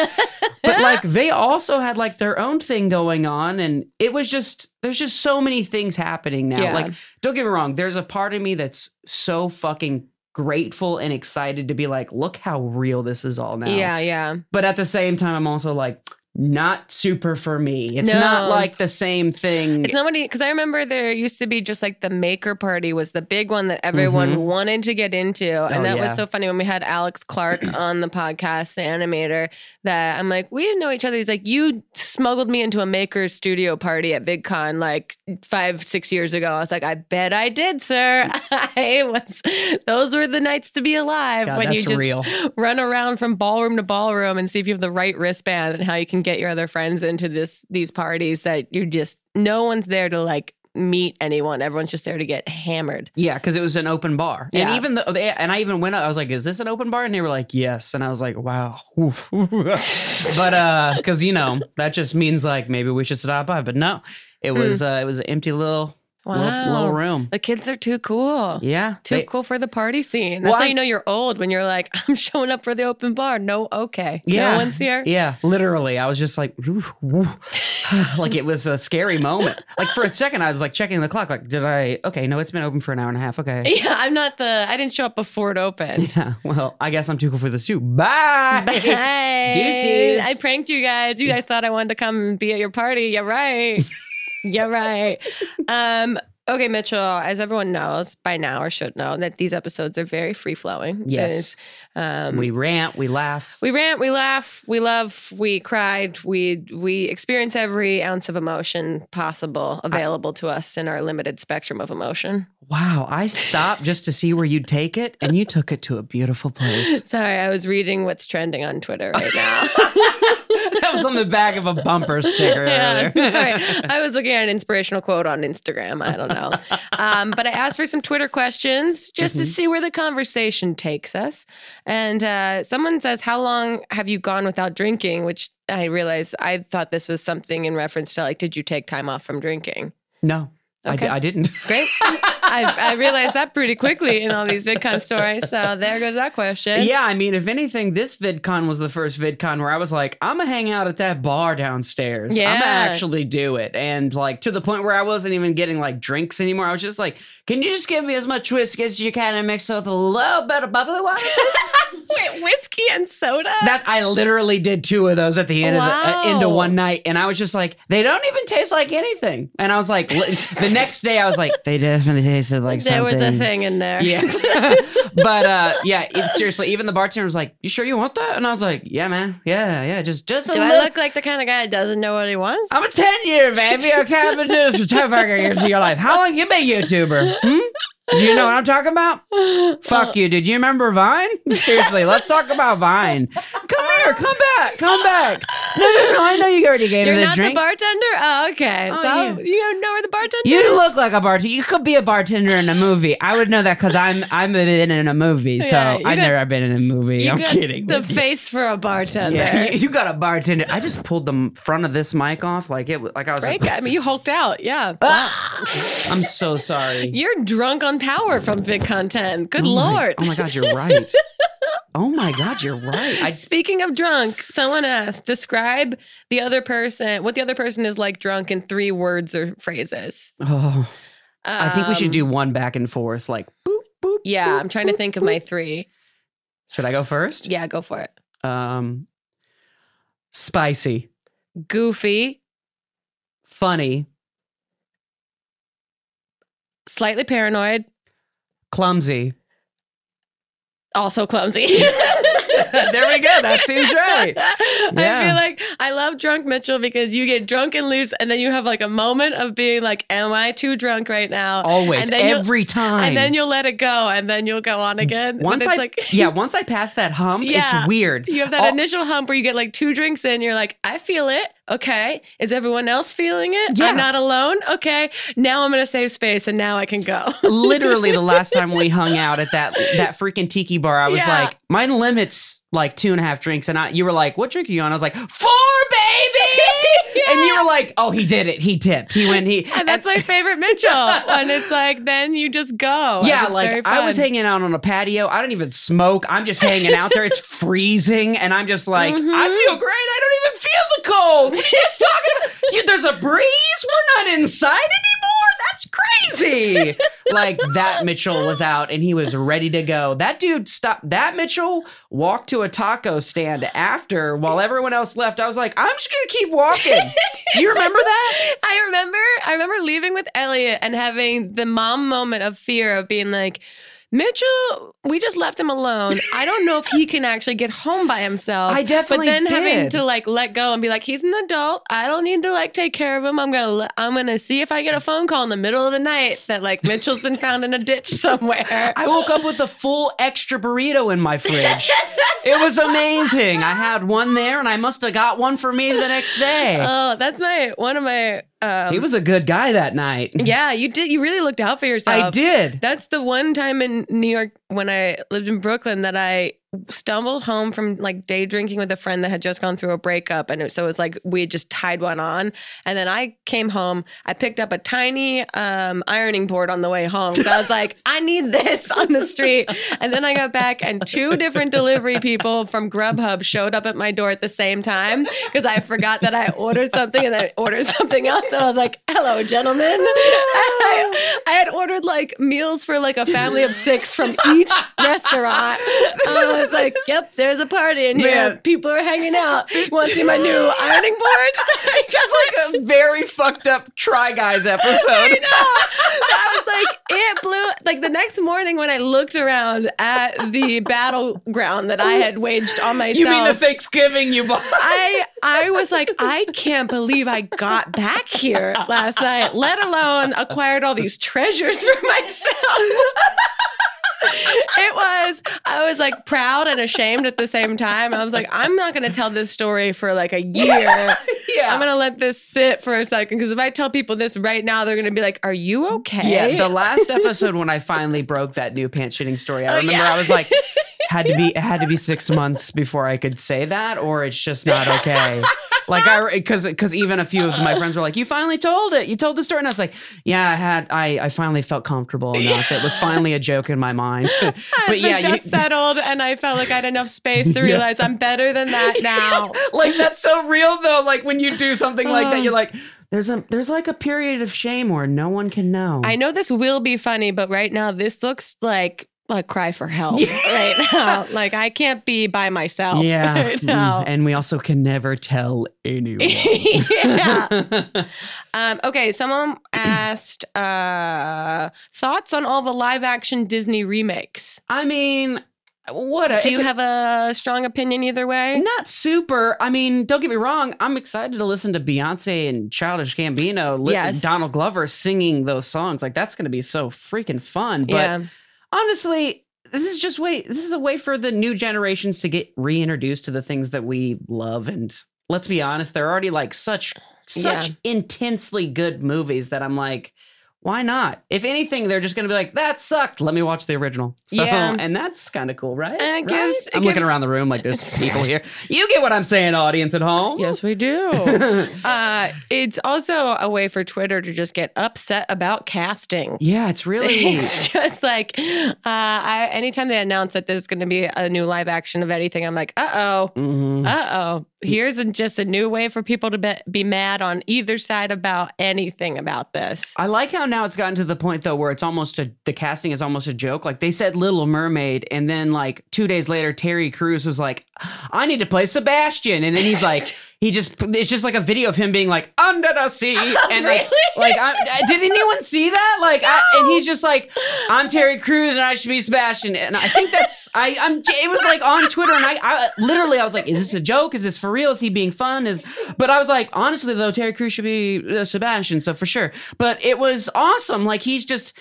[SPEAKER 1] but like, they also had like their own thing going on, and it was just there's just so many things happening now.
[SPEAKER 2] Yeah.
[SPEAKER 1] Like, don't get me wrong. There's a part of me that's so fucking grateful and excited to be like, "Look how real this is all now."
[SPEAKER 2] Yeah, yeah.
[SPEAKER 1] but at the same time, I'm also like. Not super for me. It's not
[SPEAKER 2] No.
[SPEAKER 1] like the same thing.
[SPEAKER 2] It's nobody because I remember there used to be just like the maker party was the big one that everyone
[SPEAKER 1] Mhm.
[SPEAKER 2] wanted to get into, and
[SPEAKER 1] Oh,
[SPEAKER 2] that
[SPEAKER 1] yeah.
[SPEAKER 2] was so funny when we had Alex Clark on the podcast, the animator. That I'm like, we didn't know each other. He's like, you smuggled me into a maker's studio party at VidCon like five, six years ago. I was like, I bet I did, sir. I was. Those were the nights to be alive
[SPEAKER 1] God,
[SPEAKER 2] when you
[SPEAKER 1] that's
[SPEAKER 2] just
[SPEAKER 1] real.
[SPEAKER 2] run around from ballroom to ballroom and see if you have the right wristband and how you can get your other friends into this these parties that you just no one's there to like meet anyone. Everyone's just there to get hammered.
[SPEAKER 1] Yeah, because it was an open bar, and
[SPEAKER 2] Yeah.
[SPEAKER 1] even the they, and I even went up. I was like, "Is this an open bar?" And they were like, "Yes," and I was like, "Wow." Oof. but uh, because you know that just means like maybe we should stop by, but no, it was uh, it was an empty little little-
[SPEAKER 2] Hmm. Wow.
[SPEAKER 1] little room.
[SPEAKER 2] The kids are too cool.
[SPEAKER 1] Yeah,
[SPEAKER 2] Too
[SPEAKER 1] they-
[SPEAKER 2] cool for the party scene. That's
[SPEAKER 1] Well,
[SPEAKER 2] how
[SPEAKER 1] I-
[SPEAKER 2] you know you're old when you're like, I'm showing up for the open bar. No, okay.
[SPEAKER 1] Yeah.
[SPEAKER 2] No one's here.
[SPEAKER 1] Yeah, literally. I was just like, "Oof, oof." like it was a scary moment. Like for a second, I was like checking the clock. Like, did I? Okay, no, it's been open for an hour and a half. Okay.
[SPEAKER 2] Yeah, I'm not the I didn't show up before it opened.
[SPEAKER 1] Yeah. Well, I guess I'm too cool for this too. Bye.
[SPEAKER 2] Bye.
[SPEAKER 1] Deuces.
[SPEAKER 2] I pranked you guys. You guys thought I wanted to come and be at your party. You're right. You're right. Um, okay, Mitchell, as everyone knows by now or should know, that these episodes are very free flowing.
[SPEAKER 1] Yes.
[SPEAKER 2] Um,
[SPEAKER 1] We
[SPEAKER 2] we
[SPEAKER 1] rant. We laugh.
[SPEAKER 2] we rant, we laugh, we love, we cried, we we experience every ounce of emotion possible available to us in our limited spectrum of emotion.
[SPEAKER 1] Wow, I stopped just to see where you'd take it, and you took it to a beautiful place.
[SPEAKER 2] Sorry, I was reading what's trending on Twitter right now.
[SPEAKER 1] that was on the back of a bumper sticker
[SPEAKER 2] Yeah,
[SPEAKER 1] earlier.
[SPEAKER 2] sorry. I was looking at an inspirational quote on Instagram. I don't know. Um, but I asked for some Twitter questions just
[SPEAKER 1] Mm-hmm.
[SPEAKER 2] to see where the conversation takes us. And uh, someone says, How long have you gone without drinking? Which I realized I thought this was something in reference to like, Did you take time off from drinking?
[SPEAKER 1] No, I d-
[SPEAKER 2] Okay.
[SPEAKER 1] I, didn't.
[SPEAKER 2] Great. I, I realized that pretty quickly in all these VidCon stories. So there goes that question.
[SPEAKER 1] Yeah, I mean, if anything, this VidCon was the first VidCon where I was like, I'm gonna hang out at that bar downstairs. I'm
[SPEAKER 2] Yeah.
[SPEAKER 1] gonna actually do it. And like to the point where I wasn't even getting like drinks anymore. I was just like, can you just give me as much whiskey as you can and mix it with a little bit of bubbly water? please?"
[SPEAKER 2] Wait, whiskey and soda?
[SPEAKER 1] that I literally did two of those at the end of the, uh, into
[SPEAKER 2] Wow.
[SPEAKER 1] one night, and I was just like, they don't even taste like anything. And I was like, li- the next day I was like, they definitely tasted like
[SPEAKER 2] there was
[SPEAKER 1] something.
[SPEAKER 2] a thing in there.
[SPEAKER 1] Yeah, but uh, yeah, it, seriously, even the bartender was like, "You sure you want that?" And I was like, "Yeah, man, yeah, yeah, just just a
[SPEAKER 2] Do
[SPEAKER 1] little."
[SPEAKER 2] I look like the kind of guy that doesn't know what he wants?
[SPEAKER 1] I'm a ten year baby. I can't been doing this for ten fucking years of your life. How long you been YouTuber? Hmm? Do you know what I'm talking about? Fuck you, dude. You remember Vine? Seriously, let's talk about Vine. Come here, come back, come back. No, no, no. I know you already gave
[SPEAKER 2] You're
[SPEAKER 1] me the
[SPEAKER 2] not
[SPEAKER 1] drink.
[SPEAKER 2] the bartender? Oh, okay.
[SPEAKER 1] Oh,
[SPEAKER 2] so
[SPEAKER 1] yeah.
[SPEAKER 2] you don't know where the bartender
[SPEAKER 1] you
[SPEAKER 2] is?
[SPEAKER 1] look like a bartender. You could be a bartender in a movie. I would know that because I'm I've been in a movie, so
[SPEAKER 2] Yeah, you
[SPEAKER 1] I've
[SPEAKER 2] got-
[SPEAKER 1] never been in a movie.
[SPEAKER 2] You
[SPEAKER 1] I'm
[SPEAKER 2] got
[SPEAKER 1] kidding.
[SPEAKER 2] The
[SPEAKER 1] with you.
[SPEAKER 2] face for a bartender.
[SPEAKER 1] Yeah, you you got a bartender. I just pulled the m- front of this mic off, like it, was- like I was
[SPEAKER 2] Right?
[SPEAKER 1] like,
[SPEAKER 2] I mean, you hulked out. Yeah.
[SPEAKER 1] Ah! I'm so sorry.
[SPEAKER 2] You're drunk on power from VidCon 10. Good
[SPEAKER 1] Oh my-
[SPEAKER 2] lord.
[SPEAKER 1] oh my god, you're right. oh my god, you're right. I,
[SPEAKER 2] Speaking of drunk, someone asked, describe the other person, what the other person is like drunk in three words or phrases.
[SPEAKER 1] oh, I think we should
[SPEAKER 2] Um,
[SPEAKER 1] do one back and forth. Like, boop, boop.
[SPEAKER 2] Yeah,
[SPEAKER 1] boop,
[SPEAKER 2] I'm trying to
[SPEAKER 1] boop,
[SPEAKER 2] think of
[SPEAKER 1] boop.
[SPEAKER 2] my three.
[SPEAKER 1] Should I go first?
[SPEAKER 2] Yeah, go for it.
[SPEAKER 1] Um, spicy,
[SPEAKER 2] Goofy,
[SPEAKER 1] funny,
[SPEAKER 2] slightly paranoid,
[SPEAKER 1] clumsy.
[SPEAKER 2] also clumsy.
[SPEAKER 1] there we go. That seems right.
[SPEAKER 2] I
[SPEAKER 1] Yeah.
[SPEAKER 2] feel like I love drunk Mitchell because you get drunk and loose, and then you have like a moment of being like, "Am I too drunk right now?"
[SPEAKER 1] Always,
[SPEAKER 2] And then you'll-
[SPEAKER 1] every time.
[SPEAKER 2] And then you'll let it go, and then you'll go on again. But
[SPEAKER 1] Mm. once
[SPEAKER 2] it's
[SPEAKER 1] I
[SPEAKER 2] like
[SPEAKER 1] yeah, once I pass that hump,
[SPEAKER 2] Yeah.
[SPEAKER 1] it's weird.
[SPEAKER 2] you have that
[SPEAKER 1] All-
[SPEAKER 2] initial hump where you get like two drinks in, you're like, "I feel it. Okay, is everyone else feeling it?
[SPEAKER 1] Yeah.
[SPEAKER 2] I'm not alone. Okay, now I'm gonna save space, and now I can go."
[SPEAKER 1] literally the last time we hung out at that that freaking tiki bar, I was
[SPEAKER 2] Yeah.
[SPEAKER 1] like, my limit's like two and a half drinks, and I you were like, what drink are you on? I was like, four, baby. And you were like, oh, he did it. He tipped. He went. He
[SPEAKER 2] and that's my favorite Mitchell. and it's like, then you just go.
[SPEAKER 1] yeah,
[SPEAKER 2] And it's very
[SPEAKER 1] like I was
[SPEAKER 2] fun.
[SPEAKER 1] hanging out on a patio. I don't even smoke. I'm just hanging out there. It's freezing, and I'm just like, I
[SPEAKER 2] Mhm.
[SPEAKER 1] feel great. I don't even feel the cold. What are you talking about? You- there's a breeze. We're not inside anymore. That's crazy. like that Mitchell was out, and he was ready to go. That dude stopped. That Mitchell walked to a taco stand after, while everyone else left. I was like, I'm just gonna keep walking. Do you remember that?
[SPEAKER 2] I remember I remember leaving with Elliot and having the mom moment of fear of being like Mitchell, we just left him alone. I don't know if he can actually get home by himself.
[SPEAKER 1] I
[SPEAKER 2] but
[SPEAKER 1] definitely
[SPEAKER 2] then
[SPEAKER 1] did.
[SPEAKER 2] having to like let go and be like, he's an adult. I don't need to like take care of him. I'm gonna let, I'm gonna see if I get a phone call in the middle of the night that like Mitchell's been found in a ditch somewhere.
[SPEAKER 1] I woke up with a full extra burrito in my fridge. it was amazing. I had one there, and I must have got one for me the next day.
[SPEAKER 2] oh, that's my one of my. Um,
[SPEAKER 1] he was a good guy that night.
[SPEAKER 2] yeah, you did. You really looked out for yourself.
[SPEAKER 1] I did.
[SPEAKER 2] That's the one time in New York when I lived in Brooklyn that I stumbled home from like day drinking with a friend that had just gone through a breakup. And it, so it was like we had just tied one on. And then I came home, I picked up a tiny um, ironing board on the way home. So I was like, I need this on the street. And then I got back, and two different delivery people from Grubhub showed up at my door at the same time because I forgot that I ordered something and I ordered something else. And I was like, hello, gentlemen.
[SPEAKER 1] Oh,
[SPEAKER 2] I, I had ordered like meals for like a family of six from each restaurant. And I was like, yep, there's a party in here.
[SPEAKER 1] Man.
[SPEAKER 2] People are hanging out. Want to see my new ironing board?
[SPEAKER 1] It's just like a very fucked up Try Guys episode.
[SPEAKER 2] I was like, it blew. Like the next morning when I looked around at the battleground that I had waged on myself.
[SPEAKER 1] You mean the Thanksgiving you bought?
[SPEAKER 2] I I was like, I can't believe I got back here last night, let alone acquired all these treasures for myself. it was i was like proud and ashamed at the same time i was like i'm not going to tell this story for like a year
[SPEAKER 1] yeah.
[SPEAKER 2] i'm going to let this sit for a second because if i tell people this right now they're going to be like are you okay
[SPEAKER 1] Yeah, the last episode when I finally broke that new pants shitting story, I
[SPEAKER 2] Oh,
[SPEAKER 1] remember
[SPEAKER 2] yeah.
[SPEAKER 1] I was like, had to be it had to be six months before I could say that, or it's just not okay. Like I, because because even a few of my friends were like, "You finally told it. You told the story," and I was like, "Yeah, I had. I I finally felt comfortable enough. It was finally a joke in my mind." but
[SPEAKER 2] but the
[SPEAKER 1] yeah, you,
[SPEAKER 2] dust settled and i felt like i had enough space to realize i'm better than that now
[SPEAKER 1] like that's so real though. Like when you do something like that,
[SPEAKER 2] Ugh.
[SPEAKER 1] you're like, "There's a there's like a period of shame where no one can know."
[SPEAKER 2] I know this will be funny, but right now this looks like a cry for help.
[SPEAKER 1] Yeah.
[SPEAKER 2] Right now, like I can't be by myself.
[SPEAKER 1] Yeah,
[SPEAKER 2] right
[SPEAKER 1] mm,
[SPEAKER 2] now.
[SPEAKER 1] and we also can never tell anyone.
[SPEAKER 2] yeah. Um, okay. Someone asked uh, thoughts on all the live action Disney remakes.
[SPEAKER 1] I mean, what? A,
[SPEAKER 2] Do you
[SPEAKER 1] if it-
[SPEAKER 2] have a strong opinion either way?
[SPEAKER 1] not super? I mean, don't get me wrong. I'm excited to listen to Beyonce and Childish Gambino, li-
[SPEAKER 2] Yes.
[SPEAKER 1] Donald Glover singing those songs. Like that's going to be so freaking fun. But
[SPEAKER 2] yeah.
[SPEAKER 1] honestly. This is just way. This is a way for the new generations to get reintroduced to the things that we love, and let's be honest, they're already like such, such
[SPEAKER 2] Yeah.
[SPEAKER 1] intensely good movies that I'm like, why not? If anything, they're just going to be like, that sucked. Let me watch the original. So,
[SPEAKER 2] Yeah.
[SPEAKER 1] and that's kind of cool, right?
[SPEAKER 2] And it
[SPEAKER 1] Right?
[SPEAKER 2] gives- it
[SPEAKER 1] I'm looking
[SPEAKER 2] gives-
[SPEAKER 1] around the room like there's people here. You get what I'm saying, audience at home.
[SPEAKER 2] Yes, we do. uh, it's also a way for Twitter to just get upset about casting.
[SPEAKER 1] yeah, it's really.
[SPEAKER 2] It's just like uh, I, anytime they announce that there's going to be a new live action of anything, I'm like, uh oh,
[SPEAKER 1] Mhm.
[SPEAKER 2] uh oh. Here's a, just a new way for people to be, be mad on either side about anything about this.
[SPEAKER 1] I like how now it's gotten to the point though where it's almost a the casting is almost a joke. Like they said Little Mermaid, and then like two days later, Terry Crews was like, "I need to play Sebastian," and then he's like, he just it's just like a video of him being like under the sea, and like, like I, I- did anyone see that? Like, I, and he's just like, "I'm Terry Crews, and I should be Sebastian," and I think that's I I'm it was like on Twitter, and I, I literally I was like, "Is this a joke? Is this for real? Is he being fun?" Is but I was like, honestly though, Terry Crews should be uh, Sebastian, so for sure. But it was awesome. Like he's just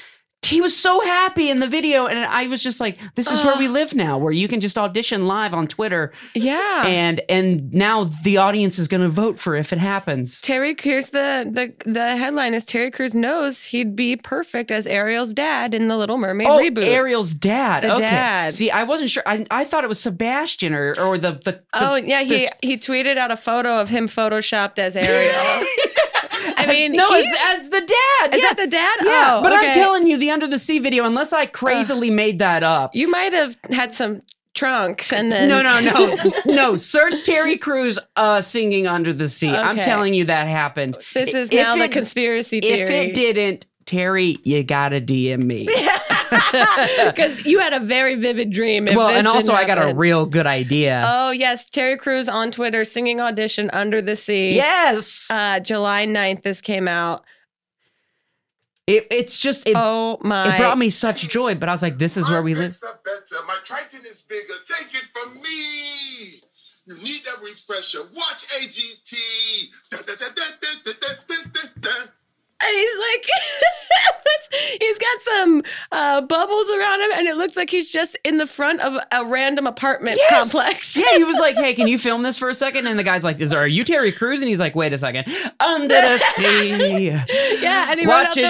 [SPEAKER 1] he was so happy in the video, and I was just like, "This is where we live now, where you can just audition live on Twitter,
[SPEAKER 2] Yeah.
[SPEAKER 1] and and now the audience is going to vote for if it happens."
[SPEAKER 2] Terry Crews, the, the the headline is Terry Crews knows he'd be perfect as Ariel's dad in the Little Mermaid
[SPEAKER 1] Oh,
[SPEAKER 2] reboot.
[SPEAKER 1] Ariel's dad.
[SPEAKER 2] The
[SPEAKER 1] okay.
[SPEAKER 2] dad.
[SPEAKER 1] See, I wasn't sure. I, I thought it was Sebastian or or the the, the
[SPEAKER 2] oh yeah, he
[SPEAKER 1] the-
[SPEAKER 2] he tweeted out a photo of him photoshopped as Ariel. I
[SPEAKER 1] as-
[SPEAKER 2] mean,
[SPEAKER 1] no,
[SPEAKER 2] he-
[SPEAKER 1] as, as the dad.
[SPEAKER 2] is
[SPEAKER 1] yeah.
[SPEAKER 2] that the dad?
[SPEAKER 1] yeah,
[SPEAKER 2] Oh,
[SPEAKER 1] but I'm
[SPEAKER 2] okay.
[SPEAKER 1] telling you, the under the sea video, unless I crazily made that up,
[SPEAKER 2] You might have had some trunks and then
[SPEAKER 1] No, no, no, no. Search Terry Crews uh, singing "Under the Sea." I'm
[SPEAKER 2] Okay.
[SPEAKER 1] telling you that happened.
[SPEAKER 2] This is
[SPEAKER 1] If
[SPEAKER 2] now the
[SPEAKER 1] it-
[SPEAKER 2] conspiracy theory.
[SPEAKER 1] If it didn't, Terry, you gotta DM me.
[SPEAKER 2] because you had a very vivid dream. if
[SPEAKER 1] well,
[SPEAKER 2] this
[SPEAKER 1] and also
[SPEAKER 2] didn't
[SPEAKER 1] I got a
[SPEAKER 2] happen.
[SPEAKER 1] real good idea.
[SPEAKER 2] Oh yes, Terry Crews on Twitter singing audition under the sea.
[SPEAKER 1] yes,
[SPEAKER 2] Uh, July 9th, this came out.
[SPEAKER 1] it, it's just it,
[SPEAKER 2] Oh my!
[SPEAKER 1] it brought me such joy. But I was like, this is where we
[SPEAKER 4] My
[SPEAKER 1] live.
[SPEAKER 4] bits are better. My Triton is bigger. Take it from me. You need that refresher. Watch AGT. Da, da, da, da, da, da, da, da, da.
[SPEAKER 2] and he's like, he's got some uh, bubbles around him, and it looks like he's just in the front of a random apartment
[SPEAKER 1] Yes!
[SPEAKER 2] complex.
[SPEAKER 1] Yeah, he was like, "Hey, can you film this for a second? And the guy's like, "Is are you Terry Crews?" And he's like, "Wait a second, under the sea,
[SPEAKER 2] yeah, and he wrote out
[SPEAKER 1] watch
[SPEAKER 2] the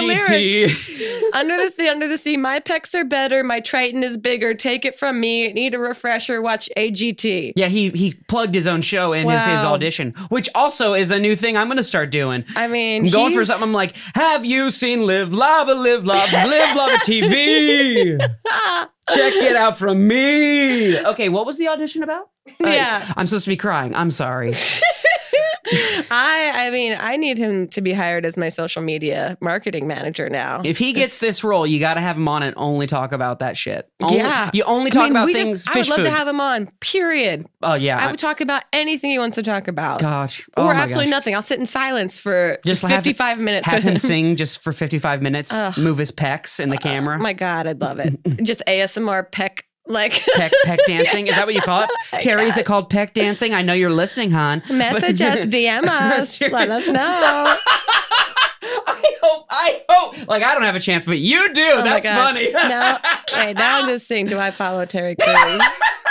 [SPEAKER 1] it."
[SPEAKER 2] lyrics.
[SPEAKER 1] E
[SPEAKER 2] under the sea, under the sea. My pecs are better. My Triton is bigger. Take it from me. Need a refresher. Watch AGT.
[SPEAKER 1] Yeah, he he plugged his own show in his, his
[SPEAKER 2] Wow.
[SPEAKER 1] audition, which also is a new thing I'm gonna start doing.
[SPEAKER 2] I mean,
[SPEAKER 1] I'm going for
[SPEAKER 2] he's-
[SPEAKER 1] something. I'm like, have you seen Live Lava, Live Lava, Live Lava TV? Check it out from me. Okay, what was the audition about? Uh,
[SPEAKER 2] Yeah.
[SPEAKER 1] I'm supposed to be crying. I'm sorry.
[SPEAKER 2] I I mean, I need him to be hired as my social media marketing manager now.
[SPEAKER 1] If he gets this role, you got to have him on and only talk about that shit. Only,
[SPEAKER 2] Yeah.
[SPEAKER 1] You only talk
[SPEAKER 2] I mean,
[SPEAKER 1] about
[SPEAKER 2] we
[SPEAKER 1] things.
[SPEAKER 2] just, I
[SPEAKER 1] fish
[SPEAKER 2] would love to
[SPEAKER 1] food.
[SPEAKER 2] have him on. Period.
[SPEAKER 1] Oh yeah.
[SPEAKER 2] I would talk about anything he wants to talk about,
[SPEAKER 1] gosh. oh
[SPEAKER 2] or
[SPEAKER 1] my
[SPEAKER 2] absolutely
[SPEAKER 1] gosh.
[SPEAKER 2] nothing. I'll sit in silence for
[SPEAKER 1] Just
[SPEAKER 2] just
[SPEAKER 1] have-
[SPEAKER 2] fifty-five minutes.
[SPEAKER 1] Have
[SPEAKER 2] with
[SPEAKER 1] him sing just for 55 minutes.
[SPEAKER 2] Ugh. Uh,
[SPEAKER 1] Move his pecs in the camera.
[SPEAKER 2] My God, I'd love it. just ASMR peck like
[SPEAKER 1] peck peck dancing. Is that what you call it? Terry, is it called peck dancing? I know you're listening, hon.
[SPEAKER 2] message us, DM us, let us know.
[SPEAKER 1] I hope, I hope Like I don't have a chance, but you do.
[SPEAKER 2] Oh my
[SPEAKER 1] That's
[SPEAKER 2] God.
[SPEAKER 1] funny.
[SPEAKER 2] now, wait, now I'm just seeing. Do I follow Terry Crews?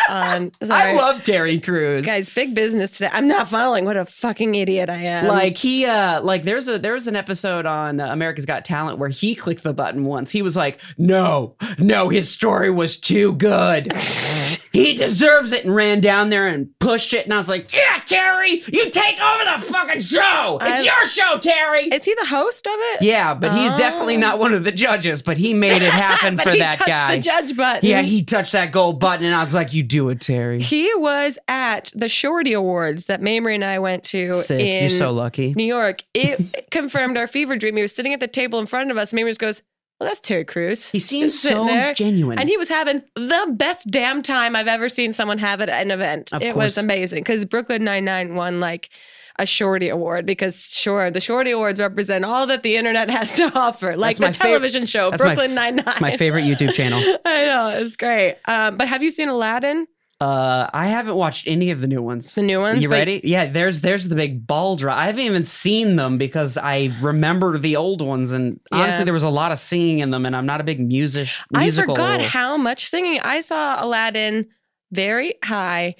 [SPEAKER 2] on
[SPEAKER 1] I
[SPEAKER 2] sorry.
[SPEAKER 1] love Terry Crews.
[SPEAKER 2] guys. Big business today. I'm not following. What a fucking idiot I am.
[SPEAKER 1] like he uh like there's a there's an episode on uh, America's Got Talent where he clicked the button once. He was like, "No. No, his story was too good. he deserves it." And ran down there and pushed it and I was like, "Yeah, Terry, you take over the fucking show. It's
[SPEAKER 2] I-
[SPEAKER 1] your show, Terry."
[SPEAKER 2] is he the host of it?
[SPEAKER 1] yeah, but he's
[SPEAKER 2] Oh.
[SPEAKER 1] definitely not one of the judges, but he made it happen
[SPEAKER 2] but
[SPEAKER 1] for
[SPEAKER 2] he
[SPEAKER 1] that
[SPEAKER 2] touched
[SPEAKER 1] guy.
[SPEAKER 2] the judge button.
[SPEAKER 1] yeah, he touched that gold button and I was like, "You do it, Terry."
[SPEAKER 2] He was at the Shorty Awards that Mamrie and I went to
[SPEAKER 1] Sick.
[SPEAKER 2] in
[SPEAKER 1] You're so lucky.
[SPEAKER 2] New York. It it confirmed our fever dream. He was sitting at the table in front of us. Mamrie just goes, "Well, that's Terry Crews."
[SPEAKER 1] He seems
[SPEAKER 2] Just sitting
[SPEAKER 1] so
[SPEAKER 2] there.
[SPEAKER 1] genuine.
[SPEAKER 2] And he was having the best damn time I've ever seen someone have at an event.
[SPEAKER 1] Of
[SPEAKER 2] it
[SPEAKER 1] course.
[SPEAKER 2] was amazing because Brooklyn Nine Nine won like a Shorty Award because sure the Shorty Awards represent all that the internet has to offer, like
[SPEAKER 1] my
[SPEAKER 2] the
[SPEAKER 1] fav-
[SPEAKER 2] television show
[SPEAKER 1] that's my
[SPEAKER 2] Brooklyn
[SPEAKER 1] f-
[SPEAKER 2] Nine Nine.
[SPEAKER 1] It's my favorite YouTube channel.
[SPEAKER 2] I know it's great. Um, but have you seen Aladdin,
[SPEAKER 1] Uh, I haven't watched any of the new ones.
[SPEAKER 2] the new ones?
[SPEAKER 1] you
[SPEAKER 2] But
[SPEAKER 1] ready? Yeah, there's there's the big ball drop. I haven't even seen them because I remember the old ones, and honestly,
[SPEAKER 2] Yeah.
[SPEAKER 1] there was a lot of singing in them, and I'm not a big music
[SPEAKER 2] I
[SPEAKER 1] musical.
[SPEAKER 2] forgot how much singing I saw Aladdin very high.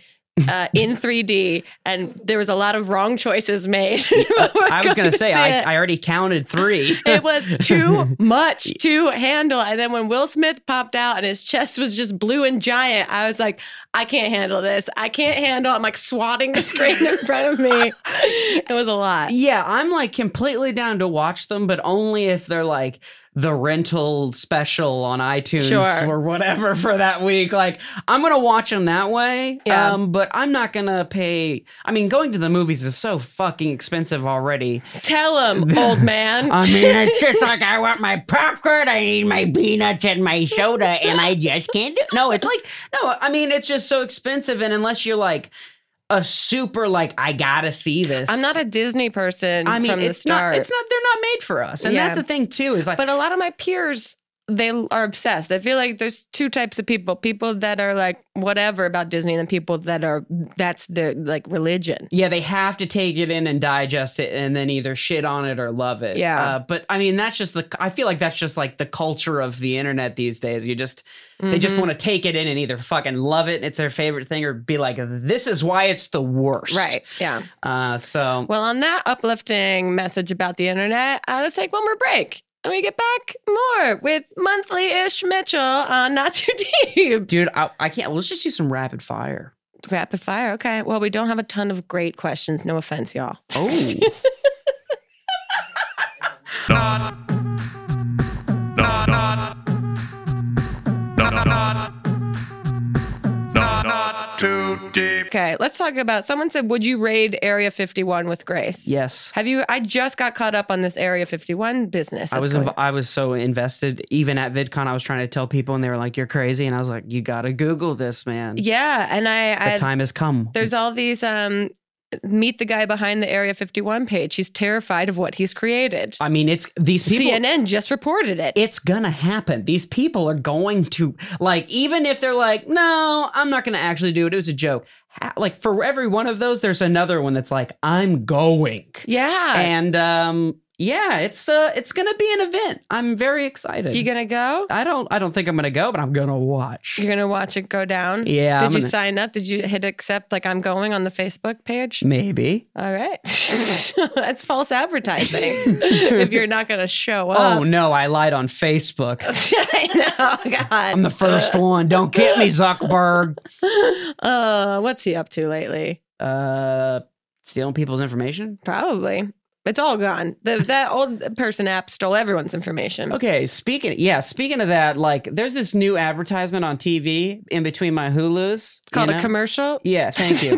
[SPEAKER 2] Uh, in 3D, and there was a lot of wrong choices made.
[SPEAKER 1] uh, I was gonna say
[SPEAKER 2] it.
[SPEAKER 1] I, I already counted three.
[SPEAKER 2] it was too much to handle. And then when Will Smith popped out and his chest was just blue and giant, I was like, I can't handle this. I can't handle. I'm like swatting the screen in front of me. It was a lot.
[SPEAKER 1] Uh, yeah, I'm like completely down to watch them, but only if they're like the rental special on iTunes
[SPEAKER 2] Sure.
[SPEAKER 1] or whatever for that week. Like I'm gonna watch them that way.
[SPEAKER 2] Yeah.
[SPEAKER 1] Um, but I'm not gonna pay. I mean, going to the movies is so fucking expensive already.
[SPEAKER 2] Tell him, old man.
[SPEAKER 1] I mean, it's just like I want my popcorn, I need my peanuts and my soda, and I just can't do. No, it's like no. I mean, it's just so expensive, and unless you're like a super like I gotta see this.
[SPEAKER 2] I'm not a Disney person
[SPEAKER 1] I mean,
[SPEAKER 2] from
[SPEAKER 1] it's
[SPEAKER 2] the start.
[SPEAKER 1] not. It's not. They're not made for us, and that's
[SPEAKER 2] Yeah.
[SPEAKER 1] the thing too. Is like,
[SPEAKER 2] but a lot of my peers they are obsessed i feel like there's two types of people people that are like whatever about disney and people that are that's their like religion
[SPEAKER 1] yeah, they have to take it in and digest it, and then either shit on it or love it.
[SPEAKER 2] Yeah.
[SPEAKER 1] Uh, but I mean, that's just the. I feel like that's just like the culture of the internet these days. You just they just
[SPEAKER 2] Mhm.
[SPEAKER 1] want to take it in and either fucking love it, and it's their favorite thing, or be like, this is why it's the worst.
[SPEAKER 2] right yeah
[SPEAKER 1] Uh, so
[SPEAKER 2] Well, on that uplifting message about the internet, uh, let's take one more break. And we get back more with monthly ish Mitchell on Not Too Deep.
[SPEAKER 1] dude, I, I can't. Let's just do some rapid fire.
[SPEAKER 2] Rapid fire. Okay. Well, we don't have a ton of great questions. No offense, y'all.
[SPEAKER 1] Oh.
[SPEAKER 3] Too deep.
[SPEAKER 2] okay. Let's talk about someone said, Would you raid Area 51 with Grace?
[SPEAKER 1] yes.
[SPEAKER 2] Have you? I just got caught up on this Area 51 business.
[SPEAKER 1] I
[SPEAKER 2] that's
[SPEAKER 1] was
[SPEAKER 2] going-
[SPEAKER 1] inv- I was so invested. Even at VidCon, I was trying to tell people, and they were like, "You're crazy," and I was like, "You gotta Google this, man.
[SPEAKER 2] Yeah. And I,
[SPEAKER 1] the
[SPEAKER 2] I
[SPEAKER 1] time has come."
[SPEAKER 2] there's all these, um, meet the guy behind the Area 51 page. He's terrified of what he's created.
[SPEAKER 1] I mean, it's these people.
[SPEAKER 2] CNN just reported it.
[SPEAKER 1] It's gonna happen. These people are going to like, even if they're like, "No, I'm not gonna actually do it. It was a joke." Ha- like for every one of those, there's another one that's like, "I'm going,"
[SPEAKER 2] Yeah.
[SPEAKER 1] and um, yeah, it's uh, it's gonna be an event. I'm very excited.
[SPEAKER 2] you gonna go?
[SPEAKER 1] I don't I don't think I'm gonna go, but I'm gonna watch.
[SPEAKER 2] You're gonna watch it go down?
[SPEAKER 1] Yeah,
[SPEAKER 2] Did
[SPEAKER 1] I'm
[SPEAKER 2] you
[SPEAKER 1] gonna-
[SPEAKER 2] sign up? Did you hit accept like I'm going on the Facebook page?
[SPEAKER 1] Maybe.
[SPEAKER 2] All right. That's false advertising. if you're not gonna show up.
[SPEAKER 1] oh no, I lied on Facebook.
[SPEAKER 2] I know, God.
[SPEAKER 1] I'm the first one. Don't get me, Zuckerberg.
[SPEAKER 2] Uh, what's he up to lately?
[SPEAKER 1] Uh stealing people's information?
[SPEAKER 2] Probably. It's all gone. The, that old person app stole everyone's information.
[SPEAKER 1] Okay, speaking yeah, speaking of that, like there's this new advertisement on TV in between my Hulu's.
[SPEAKER 2] It's called
[SPEAKER 1] you
[SPEAKER 2] a
[SPEAKER 1] know?
[SPEAKER 2] commercial.
[SPEAKER 1] Yeah, thank you.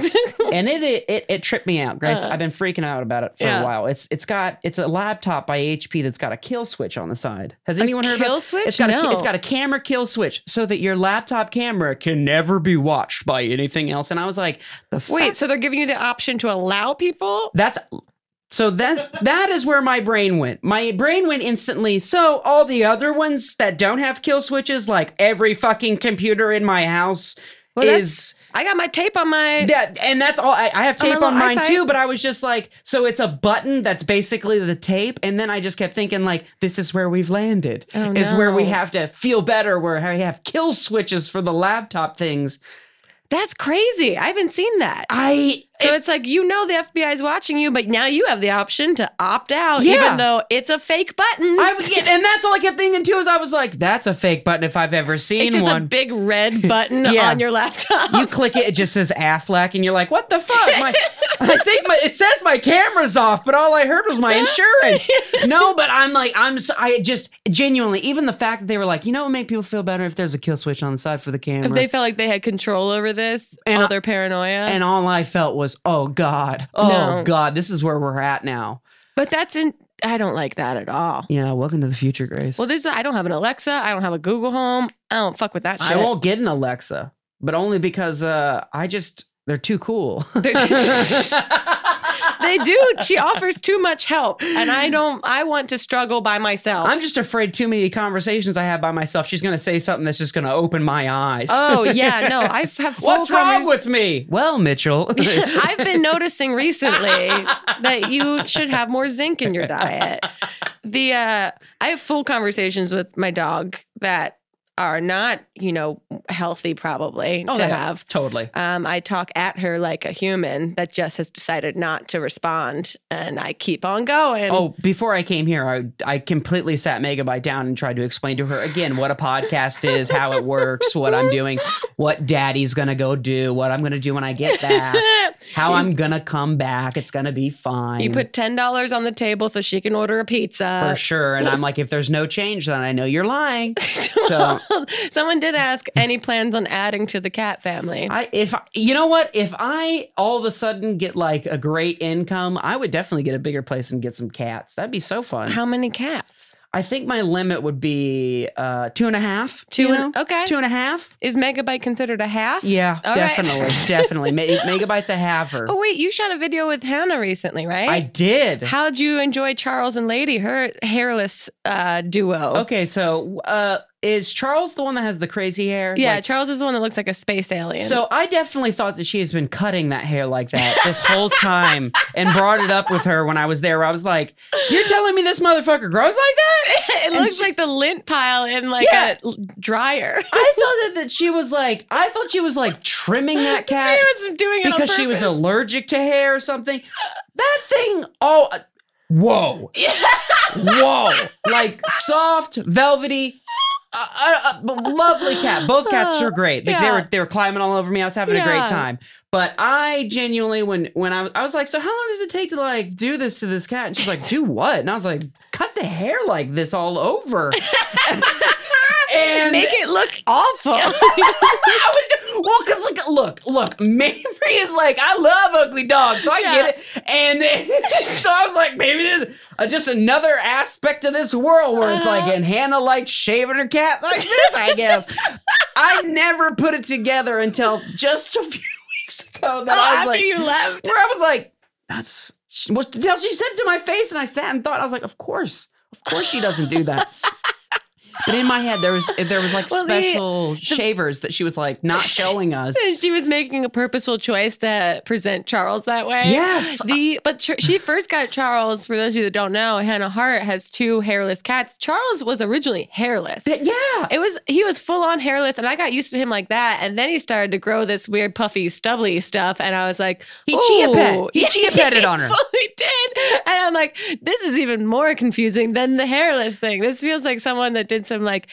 [SPEAKER 1] and it it, it it tripped me out, Grace.
[SPEAKER 2] Uh.
[SPEAKER 1] I've been freaking out about it for
[SPEAKER 2] Yeah.
[SPEAKER 1] a while. It's it's got it's a laptop by HP that's got a kill switch on the side. Has anyone heard
[SPEAKER 2] kill
[SPEAKER 1] about
[SPEAKER 2] switch?
[SPEAKER 1] It's got
[SPEAKER 2] No.
[SPEAKER 1] a, it's got a camera kill switch so that your laptop camera can never be watched by anything else. And I was like, the
[SPEAKER 2] Wait,
[SPEAKER 1] fuck?
[SPEAKER 2] so they're giving you the option to allow people?
[SPEAKER 1] that's so that that is where my brain went. My brain went instantly. So all the other ones that don't have kill switches, like every fucking computer in my house.
[SPEAKER 2] Well, that's-
[SPEAKER 1] is
[SPEAKER 2] I got my tape on my.
[SPEAKER 1] that, and that's all. I, I have
[SPEAKER 2] On my
[SPEAKER 1] tape
[SPEAKER 2] little
[SPEAKER 1] on mine
[SPEAKER 2] eyesight.
[SPEAKER 1] too, but I was just like, so it's a button that's basically the tape, and then I just kept thinking like, this is where we've landed.
[SPEAKER 2] Oh,
[SPEAKER 1] is where we
[SPEAKER 2] no.
[SPEAKER 1] have to feel better, where we have kill switches for the laptop things.
[SPEAKER 2] That's crazy. I haven't seen that.
[SPEAKER 1] I
[SPEAKER 2] So it's like you know the FBI is watching you, but now you have the option to opt out,
[SPEAKER 1] Yeah.
[SPEAKER 2] even though it's a fake button.
[SPEAKER 1] I was, yeah, and that's all I kept thinking too. Is I was like, "That's a fake button if I've ever seen
[SPEAKER 2] it's just
[SPEAKER 1] one."
[SPEAKER 2] a big red button
[SPEAKER 1] Yeah.
[SPEAKER 2] on your laptop.
[SPEAKER 1] you click it, it just says Affleck, and you're like, "What the fuck?" My, I think my, it says my camera's off, but all I heard was my insurance. No, but I'm like, I'm, s- I just genuinely, even the fact that they were like, you know, what make people feel better if there's a kill switch on the side for the camera.
[SPEAKER 2] if they felt like they had control over this,
[SPEAKER 1] And
[SPEAKER 2] all
[SPEAKER 1] I-
[SPEAKER 2] their paranoia.
[SPEAKER 1] and all I felt was, "Oh God, oh
[SPEAKER 2] No.
[SPEAKER 1] God, this is where we're at now."
[SPEAKER 2] but that's in. I don't like that at all.
[SPEAKER 1] Yeah, welcome to the future, Grace.
[SPEAKER 2] Well, this I don't have an Alexa. I don't have a Google Home. I don't fuck with that shit.
[SPEAKER 1] I won't get an Alexa, but only because uh, I just they're too cool.
[SPEAKER 2] They do. She offers too much help, and I don't. I want to struggle by myself.
[SPEAKER 1] I'm just afraid too many conversations I have by myself. She's going to say something that's just going to open my eyes.
[SPEAKER 2] oh yeah, no. I have. full
[SPEAKER 1] What's wrong
[SPEAKER 2] convers-
[SPEAKER 1] with me? Well, Mitchell.
[SPEAKER 2] I've been noticing recently that you should have more zinc in your diet. The uh, I have full conversations with my dog that are not, you know, healthy probably
[SPEAKER 1] Oh,
[SPEAKER 2] to
[SPEAKER 1] yeah.
[SPEAKER 2] have.
[SPEAKER 1] totally.
[SPEAKER 2] Um, I talk at her like a human that just has decided not to respond, and I keep on going.
[SPEAKER 1] Oh, before I came here, I, I completely sat Megabyte down and tried to explain to her again what a podcast is, how it works, what I'm doing, what daddy's going to go do, what I'm going to do when I get back, how I'm going to come back. It's going to be fine.
[SPEAKER 2] you put ten dollars on the table so she can order a
[SPEAKER 1] for
[SPEAKER 2] pizza.
[SPEAKER 1] sure. And I'm like, if there's no change, then I know you're lying. So
[SPEAKER 2] Someone did ask any plans on adding to the cat family.
[SPEAKER 1] I if you know what if I all of a sudden get like a great income, I would definitely get a bigger place and get some cats. That'd be so fun.
[SPEAKER 2] How many cats?
[SPEAKER 1] I think my limit would be uh, two and a half.
[SPEAKER 2] Two
[SPEAKER 1] you
[SPEAKER 2] and-
[SPEAKER 1] know?
[SPEAKER 2] okay.
[SPEAKER 1] Two and a half.
[SPEAKER 2] Is megabyte considered a half?
[SPEAKER 1] Yeah,
[SPEAKER 2] All right.
[SPEAKER 1] definitely, definitely. Me- Megabyte's a haver.
[SPEAKER 2] Oh wait, you shot a video with Hannah recently, right?
[SPEAKER 1] I did.
[SPEAKER 2] How'd you enjoy Charles and Lady, her hairless uh, duo?
[SPEAKER 1] okay, so uh, is Charles the one that has the crazy hair?
[SPEAKER 2] Yeah,
[SPEAKER 1] Like,
[SPEAKER 2] Charles is the one that looks like a space alien.
[SPEAKER 1] so I definitely thought that she has been cutting that hair like that this whole time, and brought it up with her when I was there. I was like, "You're telling me this motherfucker grows like that?"
[SPEAKER 2] it
[SPEAKER 1] and
[SPEAKER 2] looks
[SPEAKER 1] she-
[SPEAKER 2] like the lint pile in like
[SPEAKER 1] Yeah.
[SPEAKER 2] a l- dryer.
[SPEAKER 1] I thought that, that she was like, I thought she was like trimming that cat
[SPEAKER 2] she was doing it on
[SPEAKER 1] because she was
[SPEAKER 2] purpose.
[SPEAKER 1] allergic to hair or something. That thing, oh, uh, whoa, whoa, like soft, velvety. Uh, uh, uh, lovely cat. Both cats are great. Like, They
[SPEAKER 2] Uh, Yeah.
[SPEAKER 1] were they were climbing all over me. I was having a
[SPEAKER 2] Yeah.
[SPEAKER 1] great time. But I genuinely, when when I was, I was like, so how long does it take to like do this to this cat? And she's like, do what? And I was like, cut the hair like this all over. and
[SPEAKER 2] Make it look awful.
[SPEAKER 1] I was just, well, because look, look, look, Mamrie is like, I love ugly dogs, so I
[SPEAKER 2] Yeah.
[SPEAKER 1] get it. And so I was like, maybe this is uh, just another aspect of this world where it's like,
[SPEAKER 2] Uh-huh.
[SPEAKER 1] and Hannah likes shaving her cat like this, I guess. I never put it together until just a few weeks ago that I was
[SPEAKER 2] Oh, after
[SPEAKER 1] like,
[SPEAKER 2] you left.
[SPEAKER 1] where I was like, that's well, till she said it to my face, and I sat and thought, I was like, of course, of course, she doesn't do that. but in my head, there was eh, there was like
[SPEAKER 2] Well, the-
[SPEAKER 1] special shavers that she was like not showing us.
[SPEAKER 2] And she was making a purposeful choice to present Charles that way.
[SPEAKER 1] Yes.
[SPEAKER 2] The but Ch- she first got Charles. For those of you that don't know, Hannah Hart has two hairless cats. Charles was originally hairless.
[SPEAKER 1] That- yeah,
[SPEAKER 2] It was he was full on hairless, and I got used to him like that. And then he started to grow this weird puffy stubbly stuff, and I was like,
[SPEAKER 1] He chia pet.
[SPEAKER 2] "Ooh."
[SPEAKER 1] He chia petted on her.
[SPEAKER 2] He fully did, and I'm like, this is even more confusing than the hairless thing. This feels like someone that did some like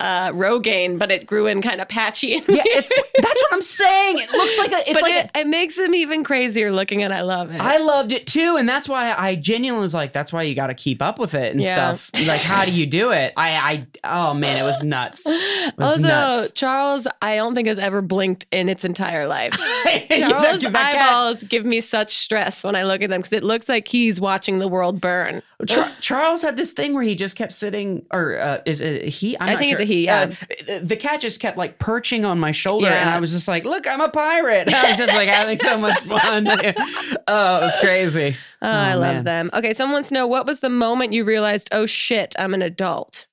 [SPEAKER 2] uh, Rogaine, but it grew in kind of patchy. and
[SPEAKER 1] yeah. It's that's what I'm saying. It looks like a, it's
[SPEAKER 2] but
[SPEAKER 1] like.
[SPEAKER 2] it, it makes him even crazier looking, and I love it.
[SPEAKER 1] I loved it too, and that's why I genuinely was like, "That's why you got to keep up with it and
[SPEAKER 2] Yeah.
[SPEAKER 1] stuff." Like, how do you do it? I, I, oh man, it was nuts. It was
[SPEAKER 2] also,
[SPEAKER 1] nuts.
[SPEAKER 2] Charles, I don't think has ever blinked in its entire life.
[SPEAKER 1] That
[SPEAKER 2] Charles'
[SPEAKER 1] cat-
[SPEAKER 2] eyeballs give me such stress when I look at them because it looks like he's watching the world burn. Oh,
[SPEAKER 1] Char- Charles had this thing where he just kept sitting, or uh, is it a he? I'm
[SPEAKER 2] I
[SPEAKER 1] not
[SPEAKER 2] think it's
[SPEAKER 1] sure.
[SPEAKER 2] a he, yeah.
[SPEAKER 1] Uh, the cat just kept like perching on my shoulder, and
[SPEAKER 2] Yeah.
[SPEAKER 1] I was just like, "Look, I'm a pirate." I was just like having so much fun. oh, it was crazy.
[SPEAKER 2] Oh, I love
[SPEAKER 1] man.
[SPEAKER 2] them. Okay, someone wants to know what was the moment you realized, oh shit, I'm an adult?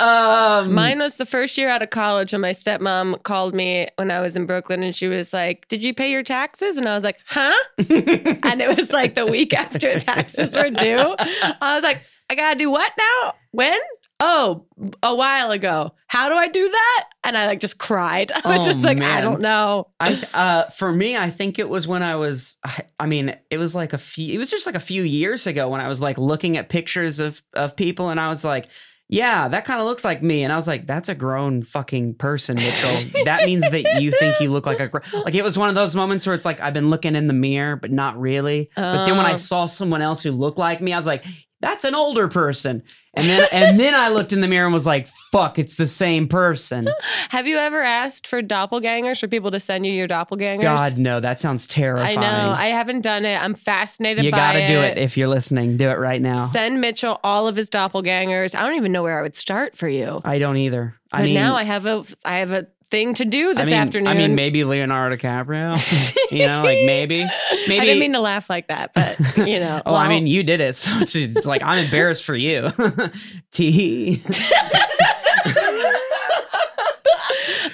[SPEAKER 1] Um,
[SPEAKER 2] Mine was the first year out of college when my stepmom called me when I was in Brooklyn and she was like, Did you pay your taxes? And I was like, Huh? and it was like the week after taxes were due. I was like, I gotta do what now? When? Oh, a while ago. How do I do that? And I like just cried. I was
[SPEAKER 1] Oh,
[SPEAKER 2] just like, I
[SPEAKER 1] man.
[SPEAKER 2] don't know.
[SPEAKER 1] I th- uh, for me, I think it was when I was. I, I mean, it was like a few. It was just like a few years ago when I was like looking at pictures of of people, and I was like, "Yeah, that kind of looks like me." And I was like, "That's a grown fucking person, Mitchell. that means that you think you look like a gr-. like." It was one of those moments where it's like I've been looking in the mirror, but not really. But then when I
[SPEAKER 2] Oh.
[SPEAKER 1] saw someone else who looked like me, I was like, "That's an older person." And then and then I looked in the mirror and was like, "Fuck, it's the same person."
[SPEAKER 2] Have you ever asked for doppelgangers for people to send you your doppelgangers?
[SPEAKER 1] God, no, that sounds
[SPEAKER 2] I
[SPEAKER 1] terrifying.
[SPEAKER 2] know. I haven't done it. I'm fascinated
[SPEAKER 1] You
[SPEAKER 2] by
[SPEAKER 1] gotta
[SPEAKER 2] it.
[SPEAKER 1] do it if you're listening. Do it right now.
[SPEAKER 2] Send Mitchell all of his doppelgangers. I don't even know where I would start for you.
[SPEAKER 1] I don't either.
[SPEAKER 2] But
[SPEAKER 1] I mean,
[SPEAKER 2] now I have a I have a thing to do
[SPEAKER 1] I
[SPEAKER 2] this
[SPEAKER 1] mean,
[SPEAKER 2] afternoon.
[SPEAKER 1] I mean, maybe Leonardo DiCaprio. you know, like maybe.
[SPEAKER 2] I
[SPEAKER 1] maybe-
[SPEAKER 2] didn't mean to laugh like that, but you know.
[SPEAKER 1] Oh, I mean, you did it. So it's, it's like I'm embarrassed for you. T.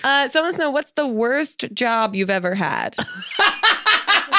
[SPEAKER 2] uh, someone know what's the worst job you've ever had.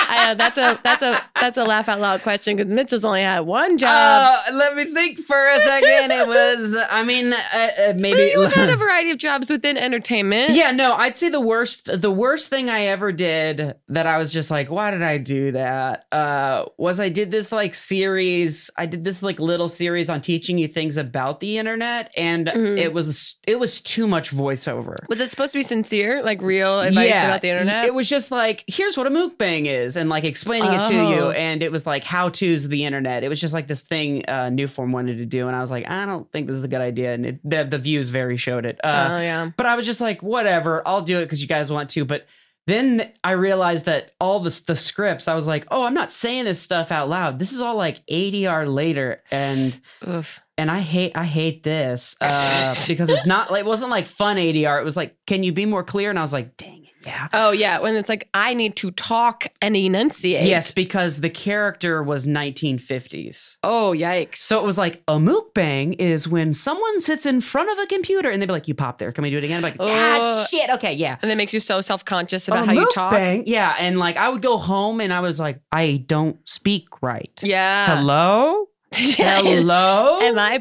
[SPEAKER 2] I know, that's a that's a that's a laugh out loud question because Mitchell's only had one job.
[SPEAKER 1] Uh, let me think for a second. It was. I mean, uh, uh, maybe.
[SPEAKER 2] You've had a variety of jobs within entertainment.
[SPEAKER 1] yeah no i'd say the worst the worst thing i ever did that i was just like why did i do that uh was i did this like series i did this like little series on teaching you things about the internet and
[SPEAKER 2] Mhm.
[SPEAKER 1] it was it was too much voiceover
[SPEAKER 2] Was it supposed to be sincere, like real advice about the
[SPEAKER 1] y-
[SPEAKER 2] internet?
[SPEAKER 1] It was just like, here's what a mukbang is, and like explaining it to
[SPEAKER 2] Oh.
[SPEAKER 1] you. And it was like how to's the internet. It was just like this thing uh, Newform wanted to do, and I was like, I don't think this is a good idea. And it, the the views very showed it. Uh,
[SPEAKER 2] oh yeah.
[SPEAKER 1] but I was just like, whatever, I'll do it because you guys want to. But then I realized that all the the scripts, I was like, oh, I'm not saying this stuff out loud. This is all like ADR later, and
[SPEAKER 2] Oof.
[SPEAKER 1] and I hate I hate this uh, because it's not like it wasn't like fun ADR. It was like, can you be more clear? And I was like, dang it, yeah.
[SPEAKER 2] Oh yeah, when it's like I need to talk and enunciate.
[SPEAKER 1] Yes, because the character was 1950s.
[SPEAKER 2] Oh yikes.
[SPEAKER 1] So it was like a mukbang is when someone sits in front of a computer and they'd be like, "You pop there, can we do it again?" I'm like, "Ah,
[SPEAKER 2] Oh.
[SPEAKER 1] shit, okay, yeah."
[SPEAKER 2] and that makes you so self conscious
[SPEAKER 1] A
[SPEAKER 2] about how you talk.
[SPEAKER 1] mukbang? Yeah, and like I would go home and I was like, I don't speak right.
[SPEAKER 2] Yeah.
[SPEAKER 1] Hello,
[SPEAKER 2] Yeah.
[SPEAKER 1] hello.
[SPEAKER 2] Am I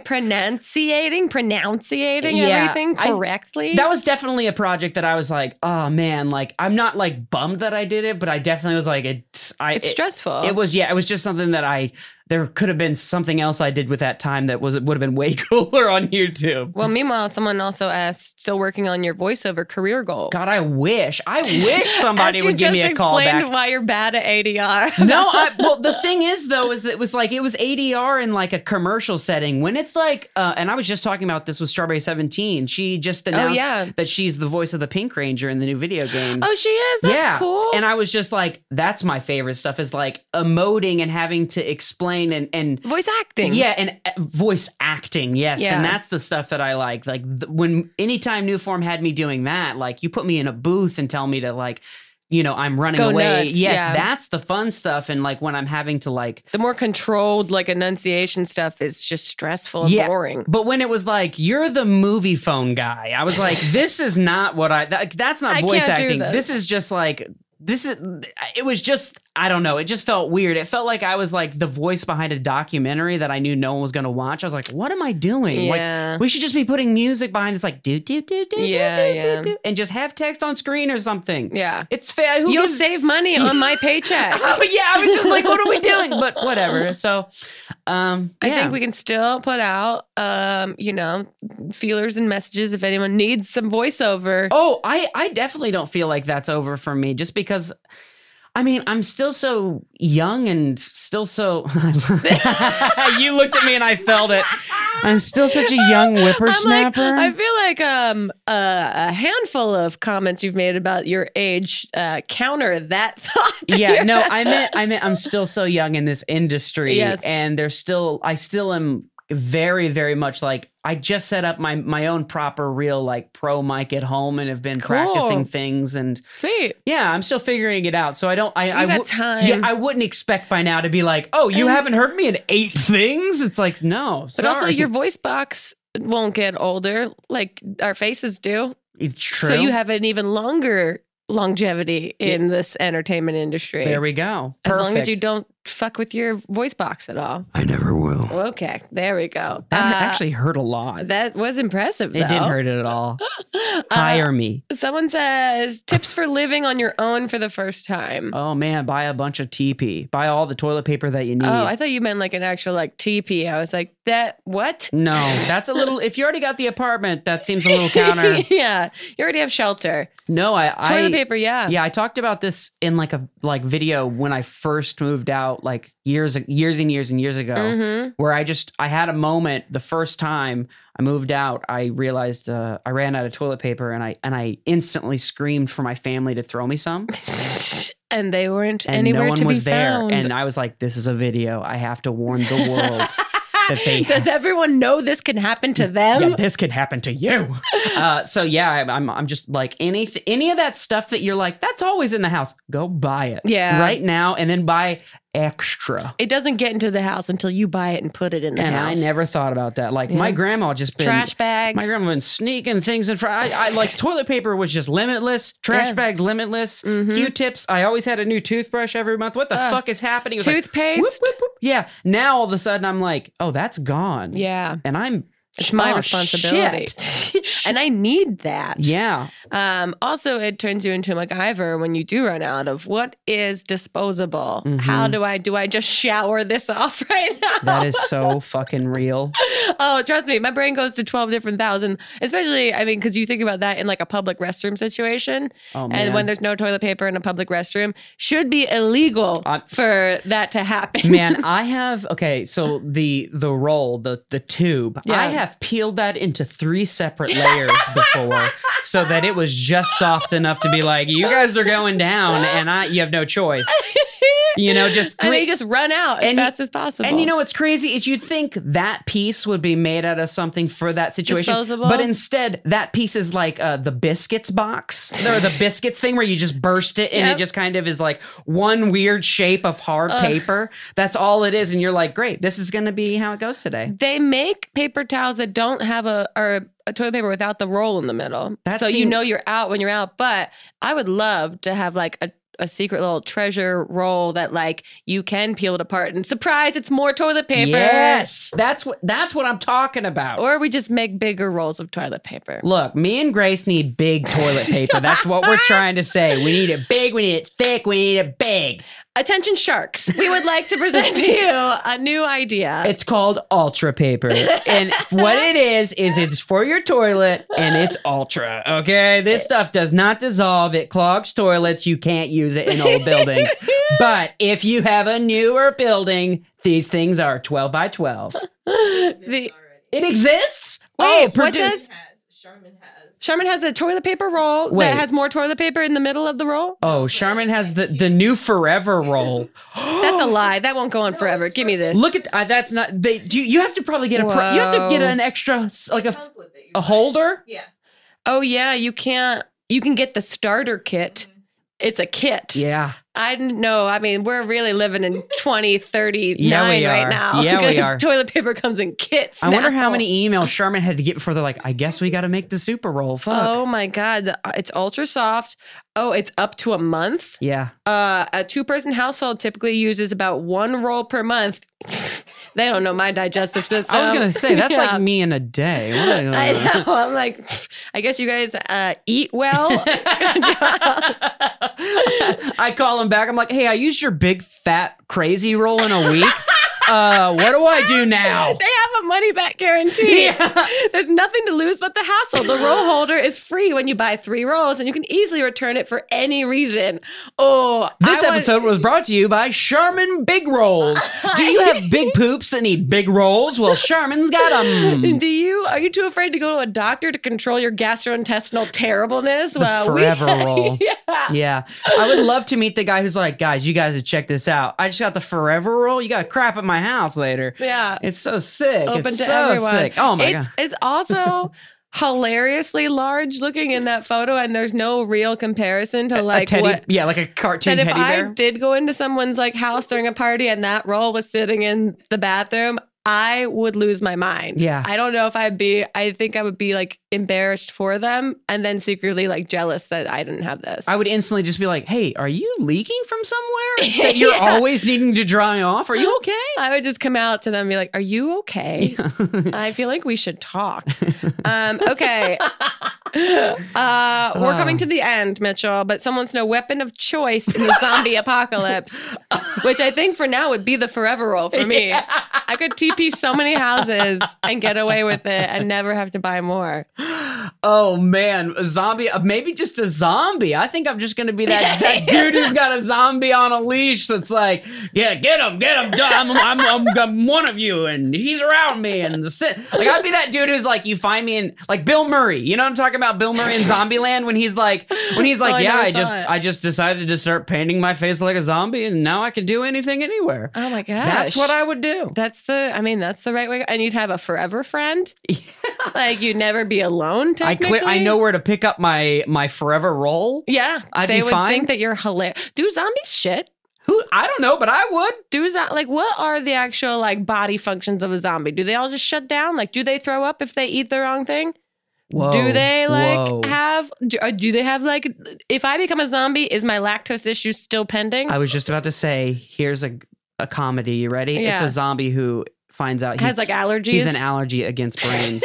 [SPEAKER 2] pronunciating, pronunciating
[SPEAKER 1] Yeah,
[SPEAKER 2] everything
[SPEAKER 1] I-
[SPEAKER 2] correctly?
[SPEAKER 1] that was definitely a project that I was like, oh man, like I'm not like bummed that I did it, but I definitely was like, it. I,
[SPEAKER 2] it's
[SPEAKER 1] it,
[SPEAKER 2] stressful.
[SPEAKER 1] It was yeah, it was just something that I. There could have been something else I did with that time that was would have been way cooler on YouTube.
[SPEAKER 2] Well, meanwhile, someone also asked, still working on your voiceover career goal.
[SPEAKER 1] God, I wish, I wish somebody
[SPEAKER 2] As
[SPEAKER 1] would give
[SPEAKER 2] you
[SPEAKER 1] me a
[SPEAKER 2] just
[SPEAKER 1] call
[SPEAKER 2] explained
[SPEAKER 1] back.
[SPEAKER 2] why you're bad at ADR.
[SPEAKER 1] no, I, well, the thing is though, is that it was like it was ADR in like a commercial setting. When it's like, uh, and I was just talking about this with Strawberry Seventeen. She just announced
[SPEAKER 2] Oh, yeah.
[SPEAKER 1] that she's the voice of the Pink Ranger in the new video games.
[SPEAKER 2] oh, she is. That's
[SPEAKER 1] yeah,
[SPEAKER 2] cool.
[SPEAKER 1] and I was just like, that's my favorite stuff is like emoting and having to explain and and
[SPEAKER 2] Voice acting.
[SPEAKER 1] yeah, and uh, voice acting, yes,
[SPEAKER 2] Yeah.
[SPEAKER 1] and that's the stuff that I like. Like th- when anytime New Form had me doing that, like you put me in a booth and tell me to like, you know, I'm running
[SPEAKER 2] Go
[SPEAKER 1] away.
[SPEAKER 2] nuts,
[SPEAKER 1] yes,
[SPEAKER 2] yeah.
[SPEAKER 1] that's the fun stuff. And like when I'm having to like,
[SPEAKER 2] The more controlled, like enunciation stuff, is just stressful and
[SPEAKER 1] Yeah.
[SPEAKER 2] boring.
[SPEAKER 1] but when it was like you're the movie phone guy, I was like, this is not what I. That, that's not
[SPEAKER 2] I
[SPEAKER 1] voice
[SPEAKER 2] can't do
[SPEAKER 1] acting.
[SPEAKER 2] this.
[SPEAKER 1] This is just like this is. It was just I don't know. It just felt weird. It felt like I was like the voice behind a documentary that I knew no one was going to watch. I was like, what am I doing? Like,
[SPEAKER 2] yeah.
[SPEAKER 1] We should just be putting music behind this, like do do do do
[SPEAKER 2] Yeah,
[SPEAKER 1] do do
[SPEAKER 2] yeah.
[SPEAKER 1] do, and just have text on screen or something.
[SPEAKER 2] yeah.
[SPEAKER 1] It's fair. Who
[SPEAKER 2] You'll
[SPEAKER 1] gives- Oh,
[SPEAKER 2] save money on my paycheck.
[SPEAKER 1] yeah, I was just like, what are we doing? But whatever. So, um,
[SPEAKER 2] I
[SPEAKER 1] yeah.
[SPEAKER 2] think we can still put out, um, you know, feelers and messages if anyone needs some voiceover.
[SPEAKER 1] Oh, I I definitely don't feel like that's over for me, just because. I mean, I'm still so young and still so. you looked at me and I felt it. I'm still such a young whippersnapper.
[SPEAKER 2] I'm like, I feel like um, uh, a handful of comments you've made about your age uh, counter that thought. that
[SPEAKER 1] yeah
[SPEAKER 2] you're-
[SPEAKER 1] no i meant i meant i'm still so young in this industry
[SPEAKER 2] Yes.
[SPEAKER 1] and there's still i still am very very much like i just set up my my own proper real like pro mic at home and have been
[SPEAKER 2] Cool.
[SPEAKER 1] practicing things and
[SPEAKER 2] Sweet.
[SPEAKER 1] yeah i'm still figuring it out so i don't i
[SPEAKER 2] You
[SPEAKER 1] i
[SPEAKER 2] got
[SPEAKER 1] wou-
[SPEAKER 2] time.
[SPEAKER 1] yeah i wouldn't expect by now to be like oh you
[SPEAKER 2] And-
[SPEAKER 1] haven't heard me in eight things it's like no
[SPEAKER 2] but also, your voice box won't get older like our faces do.
[SPEAKER 1] It's true.
[SPEAKER 2] So you have an even longer longevity in this entertainment industry.
[SPEAKER 1] there we go.
[SPEAKER 2] as
[SPEAKER 1] Perfect.
[SPEAKER 2] long as you don't fuck with your voice box at all.
[SPEAKER 1] I never will.
[SPEAKER 2] Okay, there we go.
[SPEAKER 1] That
[SPEAKER 2] Uh,
[SPEAKER 1] actually hurt a lot.
[SPEAKER 2] that was impressive.
[SPEAKER 1] it
[SPEAKER 2] though.
[SPEAKER 1] didn't hurt it at all.
[SPEAKER 2] Uh,
[SPEAKER 1] Hire me.
[SPEAKER 2] Someone says tips for living on your own for the first time.
[SPEAKER 1] Oh man, buy a bunch of TP. Buy all the toilet paper that you need.
[SPEAKER 2] Oh, I thought you meant like an actual like TP. I was like, that what?
[SPEAKER 1] no, that's a little. If you already got the apartment, that seems a little counter.
[SPEAKER 2] yeah, you already have shelter,
[SPEAKER 1] No, I. I
[SPEAKER 2] toilet paper. Yeah,
[SPEAKER 1] Yeah, I talked about this in like a like video when I first moved out, like years years and years and years ago.
[SPEAKER 2] Mhm.
[SPEAKER 1] where I just I had a moment the first time I moved out. I realized uh, I ran out of toilet paper, and I and I instantly screamed for my family to throw me some,
[SPEAKER 2] Mm-hmm. and they weren't
[SPEAKER 1] and
[SPEAKER 2] anywhere
[SPEAKER 1] no one
[SPEAKER 2] to
[SPEAKER 1] was
[SPEAKER 2] be
[SPEAKER 1] there.
[SPEAKER 2] found.
[SPEAKER 1] And I was like, "This is a video. I have to warn the world that they
[SPEAKER 2] Does everyone know this can happen to them?
[SPEAKER 1] yeah, this could happen to you." Um, Uh, so yeah, I'm, I'm I'm just like any any of that stuff that you're like that's always in the house. Go buy it
[SPEAKER 2] Yeah.
[SPEAKER 1] right now, and then buy extra.
[SPEAKER 2] It doesn't get into the house until you buy it and put it in the
[SPEAKER 1] And I
[SPEAKER 2] house.
[SPEAKER 1] never thought about that. Like
[SPEAKER 2] Yeah.
[SPEAKER 1] my grandma just been
[SPEAKER 2] trash bags.
[SPEAKER 1] My grandma been sneaking things in front. I, I like toilet paper was just limitless. Trash
[SPEAKER 2] Yeah.
[SPEAKER 1] bags limitless.
[SPEAKER 2] Mhm.
[SPEAKER 1] Q-tips. I always had a new toothbrush every month. What the
[SPEAKER 2] Ugh.
[SPEAKER 1] fuck is happening? It was like,
[SPEAKER 2] toothpaste.
[SPEAKER 1] whoop, whoop, whoop. Yeah. Now all of a sudden I'm like, oh, that's gone.
[SPEAKER 2] Yeah,
[SPEAKER 1] And I'm.
[SPEAKER 2] it's my
[SPEAKER 1] oh,
[SPEAKER 2] responsibility,
[SPEAKER 1] shit.
[SPEAKER 2] and I need that.
[SPEAKER 1] Yeah.
[SPEAKER 2] Um, also, it turns you into MacGyver when you do run out of what is disposable.
[SPEAKER 1] Mhm.
[SPEAKER 2] How do I do? I just shower this off right now.
[SPEAKER 1] That is so fucking real.
[SPEAKER 2] oh, trust me, my brain goes to twelve different thousand. Especially, I mean, because you think about that in like a public restroom situation,
[SPEAKER 1] Oh man.
[SPEAKER 2] and when there's no toilet paper in a public restroom, should be illegal
[SPEAKER 1] I'm-
[SPEAKER 2] for that to happen.
[SPEAKER 1] Uh, Man, I have okay. So the the roll, the the tube,
[SPEAKER 2] Yeah.
[SPEAKER 1] I have peeled that into three separate layers before, so that it was just soft enough to be like, you guys are going down, and I you have no choice. You know, just
[SPEAKER 2] and they
[SPEAKER 1] three.
[SPEAKER 2] just run out as
[SPEAKER 1] And-
[SPEAKER 2] fast as possible.
[SPEAKER 1] And you know what's crazy is you'd think that piece would be made out of something for that situation,
[SPEAKER 2] Disposable?
[SPEAKER 1] but instead that piece is like uh, the biscuits box or the biscuits thing where you just burst it and
[SPEAKER 2] Yep.
[SPEAKER 1] it just kind of is like one weird shape of hard
[SPEAKER 2] Ugh.
[SPEAKER 1] paper. That's all it is, and you're like, great, this is going to be how it goes today.
[SPEAKER 2] They make paper towels that don't have a or a toilet paper without the roll in the middle.
[SPEAKER 1] That
[SPEAKER 2] so you
[SPEAKER 1] seem-
[SPEAKER 2] know you're out when you're out. But I would love to have like a, a secret little treasure roll that like you can peel it apart and surprise, it's more toilet paper.
[SPEAKER 1] Yes, that's what that's what I'm talking about.
[SPEAKER 2] Or we just make bigger rolls of toilet paper.
[SPEAKER 1] Look, me and Grace need big toilet paper. That's what we're trying to say. We need it big, we need it thick, we need it big.
[SPEAKER 2] Attention sharks. We would like to present to you a new idea.
[SPEAKER 1] It's called Ultra Paper. And what it is, is it's for your toilet and it's ultra. Okay. This stuff does not dissolve, it clogs toilets. You can't use it in old buildings. But if you have a newer building, these things are 12 by 12.
[SPEAKER 2] the,
[SPEAKER 1] It exists?
[SPEAKER 2] wait, what
[SPEAKER 1] Oh, produ-
[SPEAKER 2] does Sherman has a toilet paper roll
[SPEAKER 1] Wait.
[SPEAKER 2] that has more toilet paper in the middle of the roll?
[SPEAKER 1] Oh, Charmin has the, the new forever roll.
[SPEAKER 2] That's a lie. That won't go on forever. Give me this.
[SPEAKER 1] Look at uh, that's not they. Do you, you have to probably get a pro, you have to get
[SPEAKER 2] Whoa.
[SPEAKER 1] an extra s- like a a holder.
[SPEAKER 2] Oh yeah, you can't. You can get the starter kit. It's a kit.
[SPEAKER 1] Yeah,
[SPEAKER 2] I didn't know. I mean, we're really living in 2039
[SPEAKER 1] Yeah, we
[SPEAKER 2] right
[SPEAKER 1] are.
[SPEAKER 2] now.
[SPEAKER 1] Yeah, we
[SPEAKER 2] 'cause
[SPEAKER 1] are.
[SPEAKER 2] Toilet paper comes in kits.
[SPEAKER 1] I wonder
[SPEAKER 2] now.
[SPEAKER 1] how many emails Charmin had to get before they're like, I guess we got to make the super roll. Fuck.
[SPEAKER 2] Oh my god, the- it's ultra soft. Oh, it's up to a month.
[SPEAKER 1] Yeah,
[SPEAKER 2] Uh, a two-person household typically uses about one roll per month. they don't know my digestive system.
[SPEAKER 1] I was gonna say that's
[SPEAKER 2] Oh. Yeah.
[SPEAKER 1] like me in a day. What am I
[SPEAKER 2] I
[SPEAKER 1] gonna do?
[SPEAKER 2] know. I'm like, I guess you guys uh, eat well. Good job.
[SPEAKER 1] I call him back. I'm like, hey, I used your big fat crazy roll in a week. Uh, what do I do now?
[SPEAKER 2] They have a money back guarantee. There's nothing to lose but the hassle. The roll holder is free when you buy three rolls, and you can easily return it for any reason. Oh,
[SPEAKER 1] This
[SPEAKER 2] I want-
[SPEAKER 1] episode was brought to you by Charmin Big Rolls. Do you have big poops that need big rolls? Well, Charmin's got them.
[SPEAKER 2] Do you are you too afraid to go to a doctor to control your gastrointestinal terribleness?
[SPEAKER 1] forever roll.
[SPEAKER 2] yeah.
[SPEAKER 1] Yeah. I would love to meet the guy who's like, guys, you guys should check this out. I just got the forever roll. You got crap at my house later.
[SPEAKER 2] Yeah.
[SPEAKER 1] It's so sick.
[SPEAKER 2] Open
[SPEAKER 1] it's
[SPEAKER 2] to
[SPEAKER 1] so
[SPEAKER 2] everyone.
[SPEAKER 1] sick. Oh my
[SPEAKER 2] it's,
[SPEAKER 1] god.
[SPEAKER 2] It's also hilariously large looking in that photo, and there's no real comparison to like
[SPEAKER 1] a teddy,
[SPEAKER 2] what
[SPEAKER 1] yeah, like a cartoon
[SPEAKER 2] that if
[SPEAKER 1] teddy
[SPEAKER 2] I
[SPEAKER 1] bear.
[SPEAKER 2] did go into someone's like house during a party and that roll was sitting in the bathroom, I would lose my mind.
[SPEAKER 1] Yeah.
[SPEAKER 2] I don't know if I'd be, I think I would be like embarrassed for them and then secretly like jealous that I didn't have this.
[SPEAKER 1] I would instantly just be like, "Hey, are you leaking from somewhere that you're
[SPEAKER 2] Yeah.
[SPEAKER 1] always needing to dry off? Are you okay?"
[SPEAKER 2] I would just come out to them and be like, Are you okay? I feel like we should talk. Um, okay. Uh, we're
[SPEAKER 1] Oh.
[SPEAKER 2] coming to the end, Mitchell, but someone wants to know weapon of choice in the zombie apocalypse, which I think for now would be the forever roll for me. I could TP so many houses and get away with it and never have to buy more.
[SPEAKER 1] Oh man, a zombie. uh, Maybe just a zombie. I think I'm just gonna be that, that dude who's got a zombie on a leash. That's like, yeah, get him, get him. I'm, I'm, I'm, I'm one of you, and he's around me. And the si-" like, I'd be that dude who's like, you find me in like Bill Murray. You know what I'm talking about? Bill Murray in Zombieland when he's like, when he's like,
[SPEAKER 2] Oh, I
[SPEAKER 1] yeah,
[SPEAKER 2] never
[SPEAKER 1] I
[SPEAKER 2] saw
[SPEAKER 1] just,
[SPEAKER 2] it.
[SPEAKER 1] I just decided to start painting my face like a zombie, and now I can do anything anywhere.
[SPEAKER 2] Oh my gosh.
[SPEAKER 1] That's what I would do.
[SPEAKER 2] That's the, I mean, that's the right way. And you'd have a forever friend. Like you'd never be alone.
[SPEAKER 1] I clear, I
[SPEAKER 2] technically.
[SPEAKER 1] know where to pick up my my forever roll.
[SPEAKER 2] Yeah.
[SPEAKER 1] I'd
[SPEAKER 2] they
[SPEAKER 1] be
[SPEAKER 2] would
[SPEAKER 1] fine.
[SPEAKER 2] think that you're hilarious. Do zombies shit?
[SPEAKER 1] Who I don't know, but I would.
[SPEAKER 2] Do zo- like what are the actual like body functions of a zombie? Do they all just shut down? Like do they throw up if they eat the wrong thing? do they like
[SPEAKER 1] whoa.
[SPEAKER 2] have do, uh, do they have like if I become a zombie is my lactose issue still pending?
[SPEAKER 1] I was just about to say, here's a a comedy. You ready? It's
[SPEAKER 2] Yeah.
[SPEAKER 1] a zombie who finds out he,
[SPEAKER 2] Has like allergies? Ah,
[SPEAKER 1] he's an allergy against brains.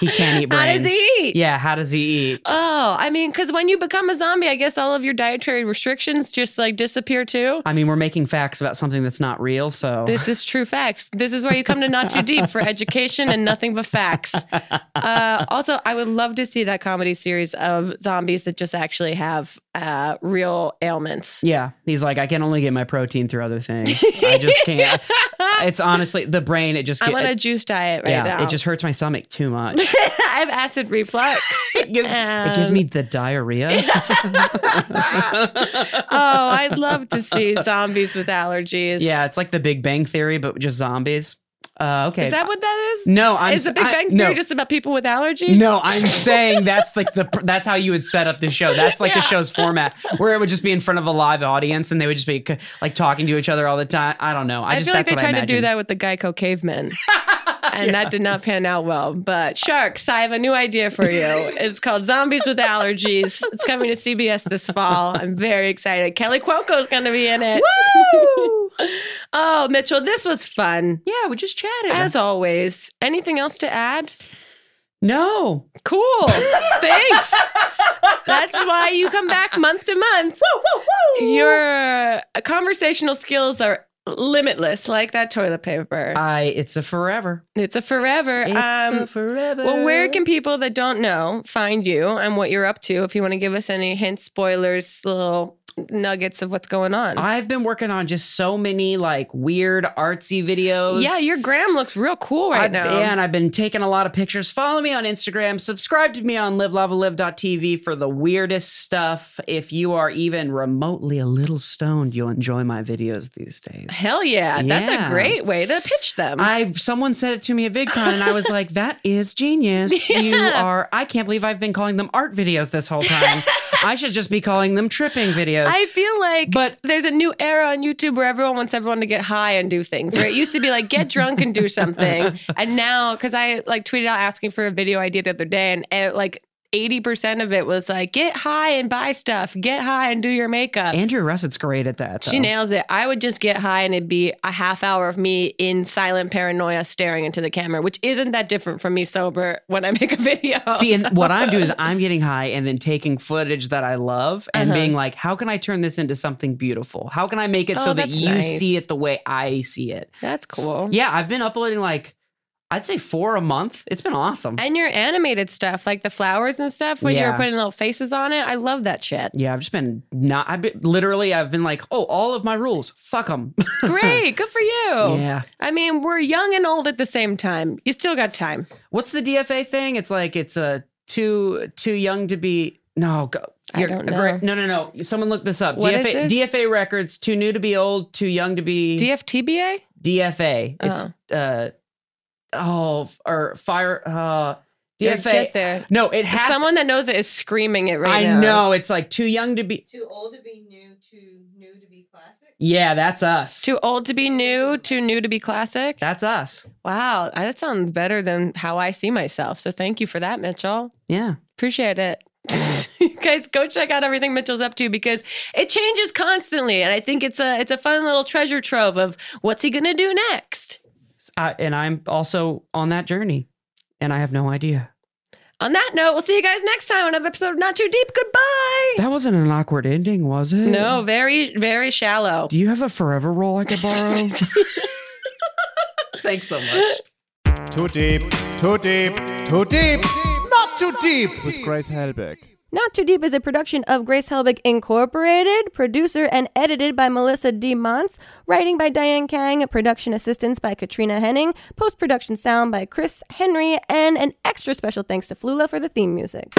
[SPEAKER 1] he can't eat
[SPEAKER 2] How does
[SPEAKER 1] brains.
[SPEAKER 2] he eat?
[SPEAKER 1] yeah, how does he eat?
[SPEAKER 2] Oh, I mean, because when you become a zombie, I guess all of your dietary restrictions just like disappear too.
[SPEAKER 1] I mean, we're making facts about something that's not real, so
[SPEAKER 2] This is true facts. This is where you come to Not Too Deep for education and nothing but facts. Uh, also, I would love to see that comedy series of zombies that just actually have uh, real ailments.
[SPEAKER 1] yeah, he's like, I can only get my protein through other things. I just can't. It's honestly the brain. It just
[SPEAKER 2] I'm on
[SPEAKER 1] it-
[SPEAKER 2] a juice diet right
[SPEAKER 1] yeah,
[SPEAKER 2] now.
[SPEAKER 1] it just hurts my stomach too much.
[SPEAKER 2] I have acid reflux.
[SPEAKER 1] it, gives, it gives
[SPEAKER 2] Um,
[SPEAKER 1] me the diarrhea.
[SPEAKER 2] oh, I'd love to see zombies with allergies.
[SPEAKER 1] yeah, it's like the Big Bang Theory, but just zombies. Uh, okay,
[SPEAKER 2] Is that what that is?
[SPEAKER 1] no, I'm
[SPEAKER 2] is the
[SPEAKER 1] s-
[SPEAKER 2] Big
[SPEAKER 1] I-
[SPEAKER 2] Bang
[SPEAKER 1] no.
[SPEAKER 2] Theory just about people with allergies?
[SPEAKER 1] No, I'm saying that's like the that's how you would set up the show. That's like the
[SPEAKER 2] Yeah.
[SPEAKER 1] show's format, where it would just be in front of a live audience and they would just be c- like talking to each other all the time. I don't know. I,
[SPEAKER 2] I,
[SPEAKER 1] just
[SPEAKER 2] feel like
[SPEAKER 1] that's
[SPEAKER 2] they
[SPEAKER 1] what
[SPEAKER 2] tried
[SPEAKER 1] I
[SPEAKER 2] to do
[SPEAKER 1] imagined.
[SPEAKER 2] that with the Geico cavemen. and that did not pan out well. But sharks, I have a new idea for you. it's called Zombies with Allergies. It's coming to CBS this fall. I'm very excited. Kelly Cuoco is going to be in it.
[SPEAKER 1] Woo!
[SPEAKER 2] Oh, Mitchell, this was fun.
[SPEAKER 1] yeah, we just chatted.
[SPEAKER 2] As always, anything else to add?
[SPEAKER 1] no,
[SPEAKER 2] Cool. Thanks. That's why you come back month to month. Your uh, conversational skills are limitless, like that toilet paper.
[SPEAKER 1] I it's a forever.
[SPEAKER 2] it's a forever.
[SPEAKER 1] Uh, It's
[SPEAKER 2] um,
[SPEAKER 1] a forever.
[SPEAKER 2] Well, where can people that don't know find you and what you're up to? If you want to give us any hints, spoilers, little nuggets of what's going on.
[SPEAKER 1] I've been working on just so many like weird artsy videos.
[SPEAKER 2] yeah, your gram looks real cool right
[SPEAKER 1] I've-
[SPEAKER 2] now.
[SPEAKER 1] Yeah, and I've been taking a lot of pictures. Follow me on Instagram. Subscribe to me on livelavalive.tv for the weirdest stuff. If you are even remotely a little stoned, you'll enjoy my videos these days.
[SPEAKER 2] Hell yeah, that's
[SPEAKER 1] Yeah.
[SPEAKER 2] a great way to pitch them.
[SPEAKER 1] I someone said it to me at VidCon and I was like, that is genius. You
[SPEAKER 2] Yeah.
[SPEAKER 1] are I can't believe I've been calling them art videos this whole time. I should just be calling them tripping videos.
[SPEAKER 2] I feel like
[SPEAKER 1] But-
[SPEAKER 2] there's a new era on YouTube where everyone wants everyone to get high and do things. Where it used to be like get drunk and do something, and now because I like tweeted out asking for a video idea the other day, and eh, like. 80% of it was like, get high and buy stuff, get high and do your makeup.
[SPEAKER 1] Andrew Russett's great at that.
[SPEAKER 2] She
[SPEAKER 1] though.
[SPEAKER 2] nails it. I would just get high and it'd be a half hour of me in silent paranoia staring into the camera, which isn't that different from me sober when I make a video.
[SPEAKER 1] See, and what I'm doing is I'm getting high and then taking footage that I love and
[SPEAKER 2] Uh-huh.
[SPEAKER 1] being like, how can I turn this into something beautiful? How can I make it so
[SPEAKER 2] Oh,
[SPEAKER 1] that
[SPEAKER 2] that's
[SPEAKER 1] you
[SPEAKER 2] nice.
[SPEAKER 1] see it the way I see it?
[SPEAKER 2] That's cool.
[SPEAKER 1] Yeah, I've been uploading like, I'd say four a month. It's been awesome.
[SPEAKER 2] And your animated stuff, like the flowers and stuff, where you
[SPEAKER 1] Yeah.
[SPEAKER 2] were putting little faces on it. I love that shit.
[SPEAKER 1] yeah, I've just been not, I've been literally, I've been like, oh, all of my rules, fuck them.
[SPEAKER 2] Great. Good for you.
[SPEAKER 1] yeah.
[SPEAKER 2] I mean, we're young and old at the same time. You still got time.
[SPEAKER 1] What's the DFA thing? It's like, it's uh, too, too young to be. No, go.
[SPEAKER 2] I don't know.
[SPEAKER 1] great- No, no, no. Someone look this up.
[SPEAKER 2] What is
[SPEAKER 1] DFA,
[SPEAKER 2] this?
[SPEAKER 1] DFA records, too new to be old, too young to be.
[SPEAKER 2] DFTBA? Uh-huh.
[SPEAKER 1] DFA. It's uh oh f- or fire uh
[SPEAKER 2] You'll
[SPEAKER 1] DFA.
[SPEAKER 2] get there.
[SPEAKER 1] No, it has.
[SPEAKER 2] Someone that knows it is screaming it
[SPEAKER 1] I
[SPEAKER 2] right now.
[SPEAKER 1] know it's like too young to be.
[SPEAKER 5] Too old to be new, too new to be classic.
[SPEAKER 1] Yeah, that's us.
[SPEAKER 2] Too old to be new, too new to be classic.
[SPEAKER 1] that's us.
[SPEAKER 2] Wow, I- that sounds better than how I see myself. So thank you for that, Mitchell.
[SPEAKER 1] Yeah.
[SPEAKER 2] Appreciate it. you guys go check out everything Mitchell's up to because it changes constantly and I think it's a it's a fun little treasure trove of what's he going to do next.
[SPEAKER 1] I, and I'm also on that journey, and I have no idea.
[SPEAKER 2] On that note, we'll see you guys next time on another episode of Not Too Deep. Goodbye.
[SPEAKER 1] That wasn't an awkward ending, was it?
[SPEAKER 2] No, very very shallow.
[SPEAKER 1] Do you have a forever roll I could borrow? Thanks so much.
[SPEAKER 6] Too deep, too deep, too deep, not too deep with Grace Helbig.
[SPEAKER 2] Not Too Deep is a production of Grace Helbig Incorporated, producer and edited by Melissa D. Montz, writing by Diane Kang, production assistance by Katrina Henning, post production sound by Chris Henry, and an extra special thanks to Flula for the theme music.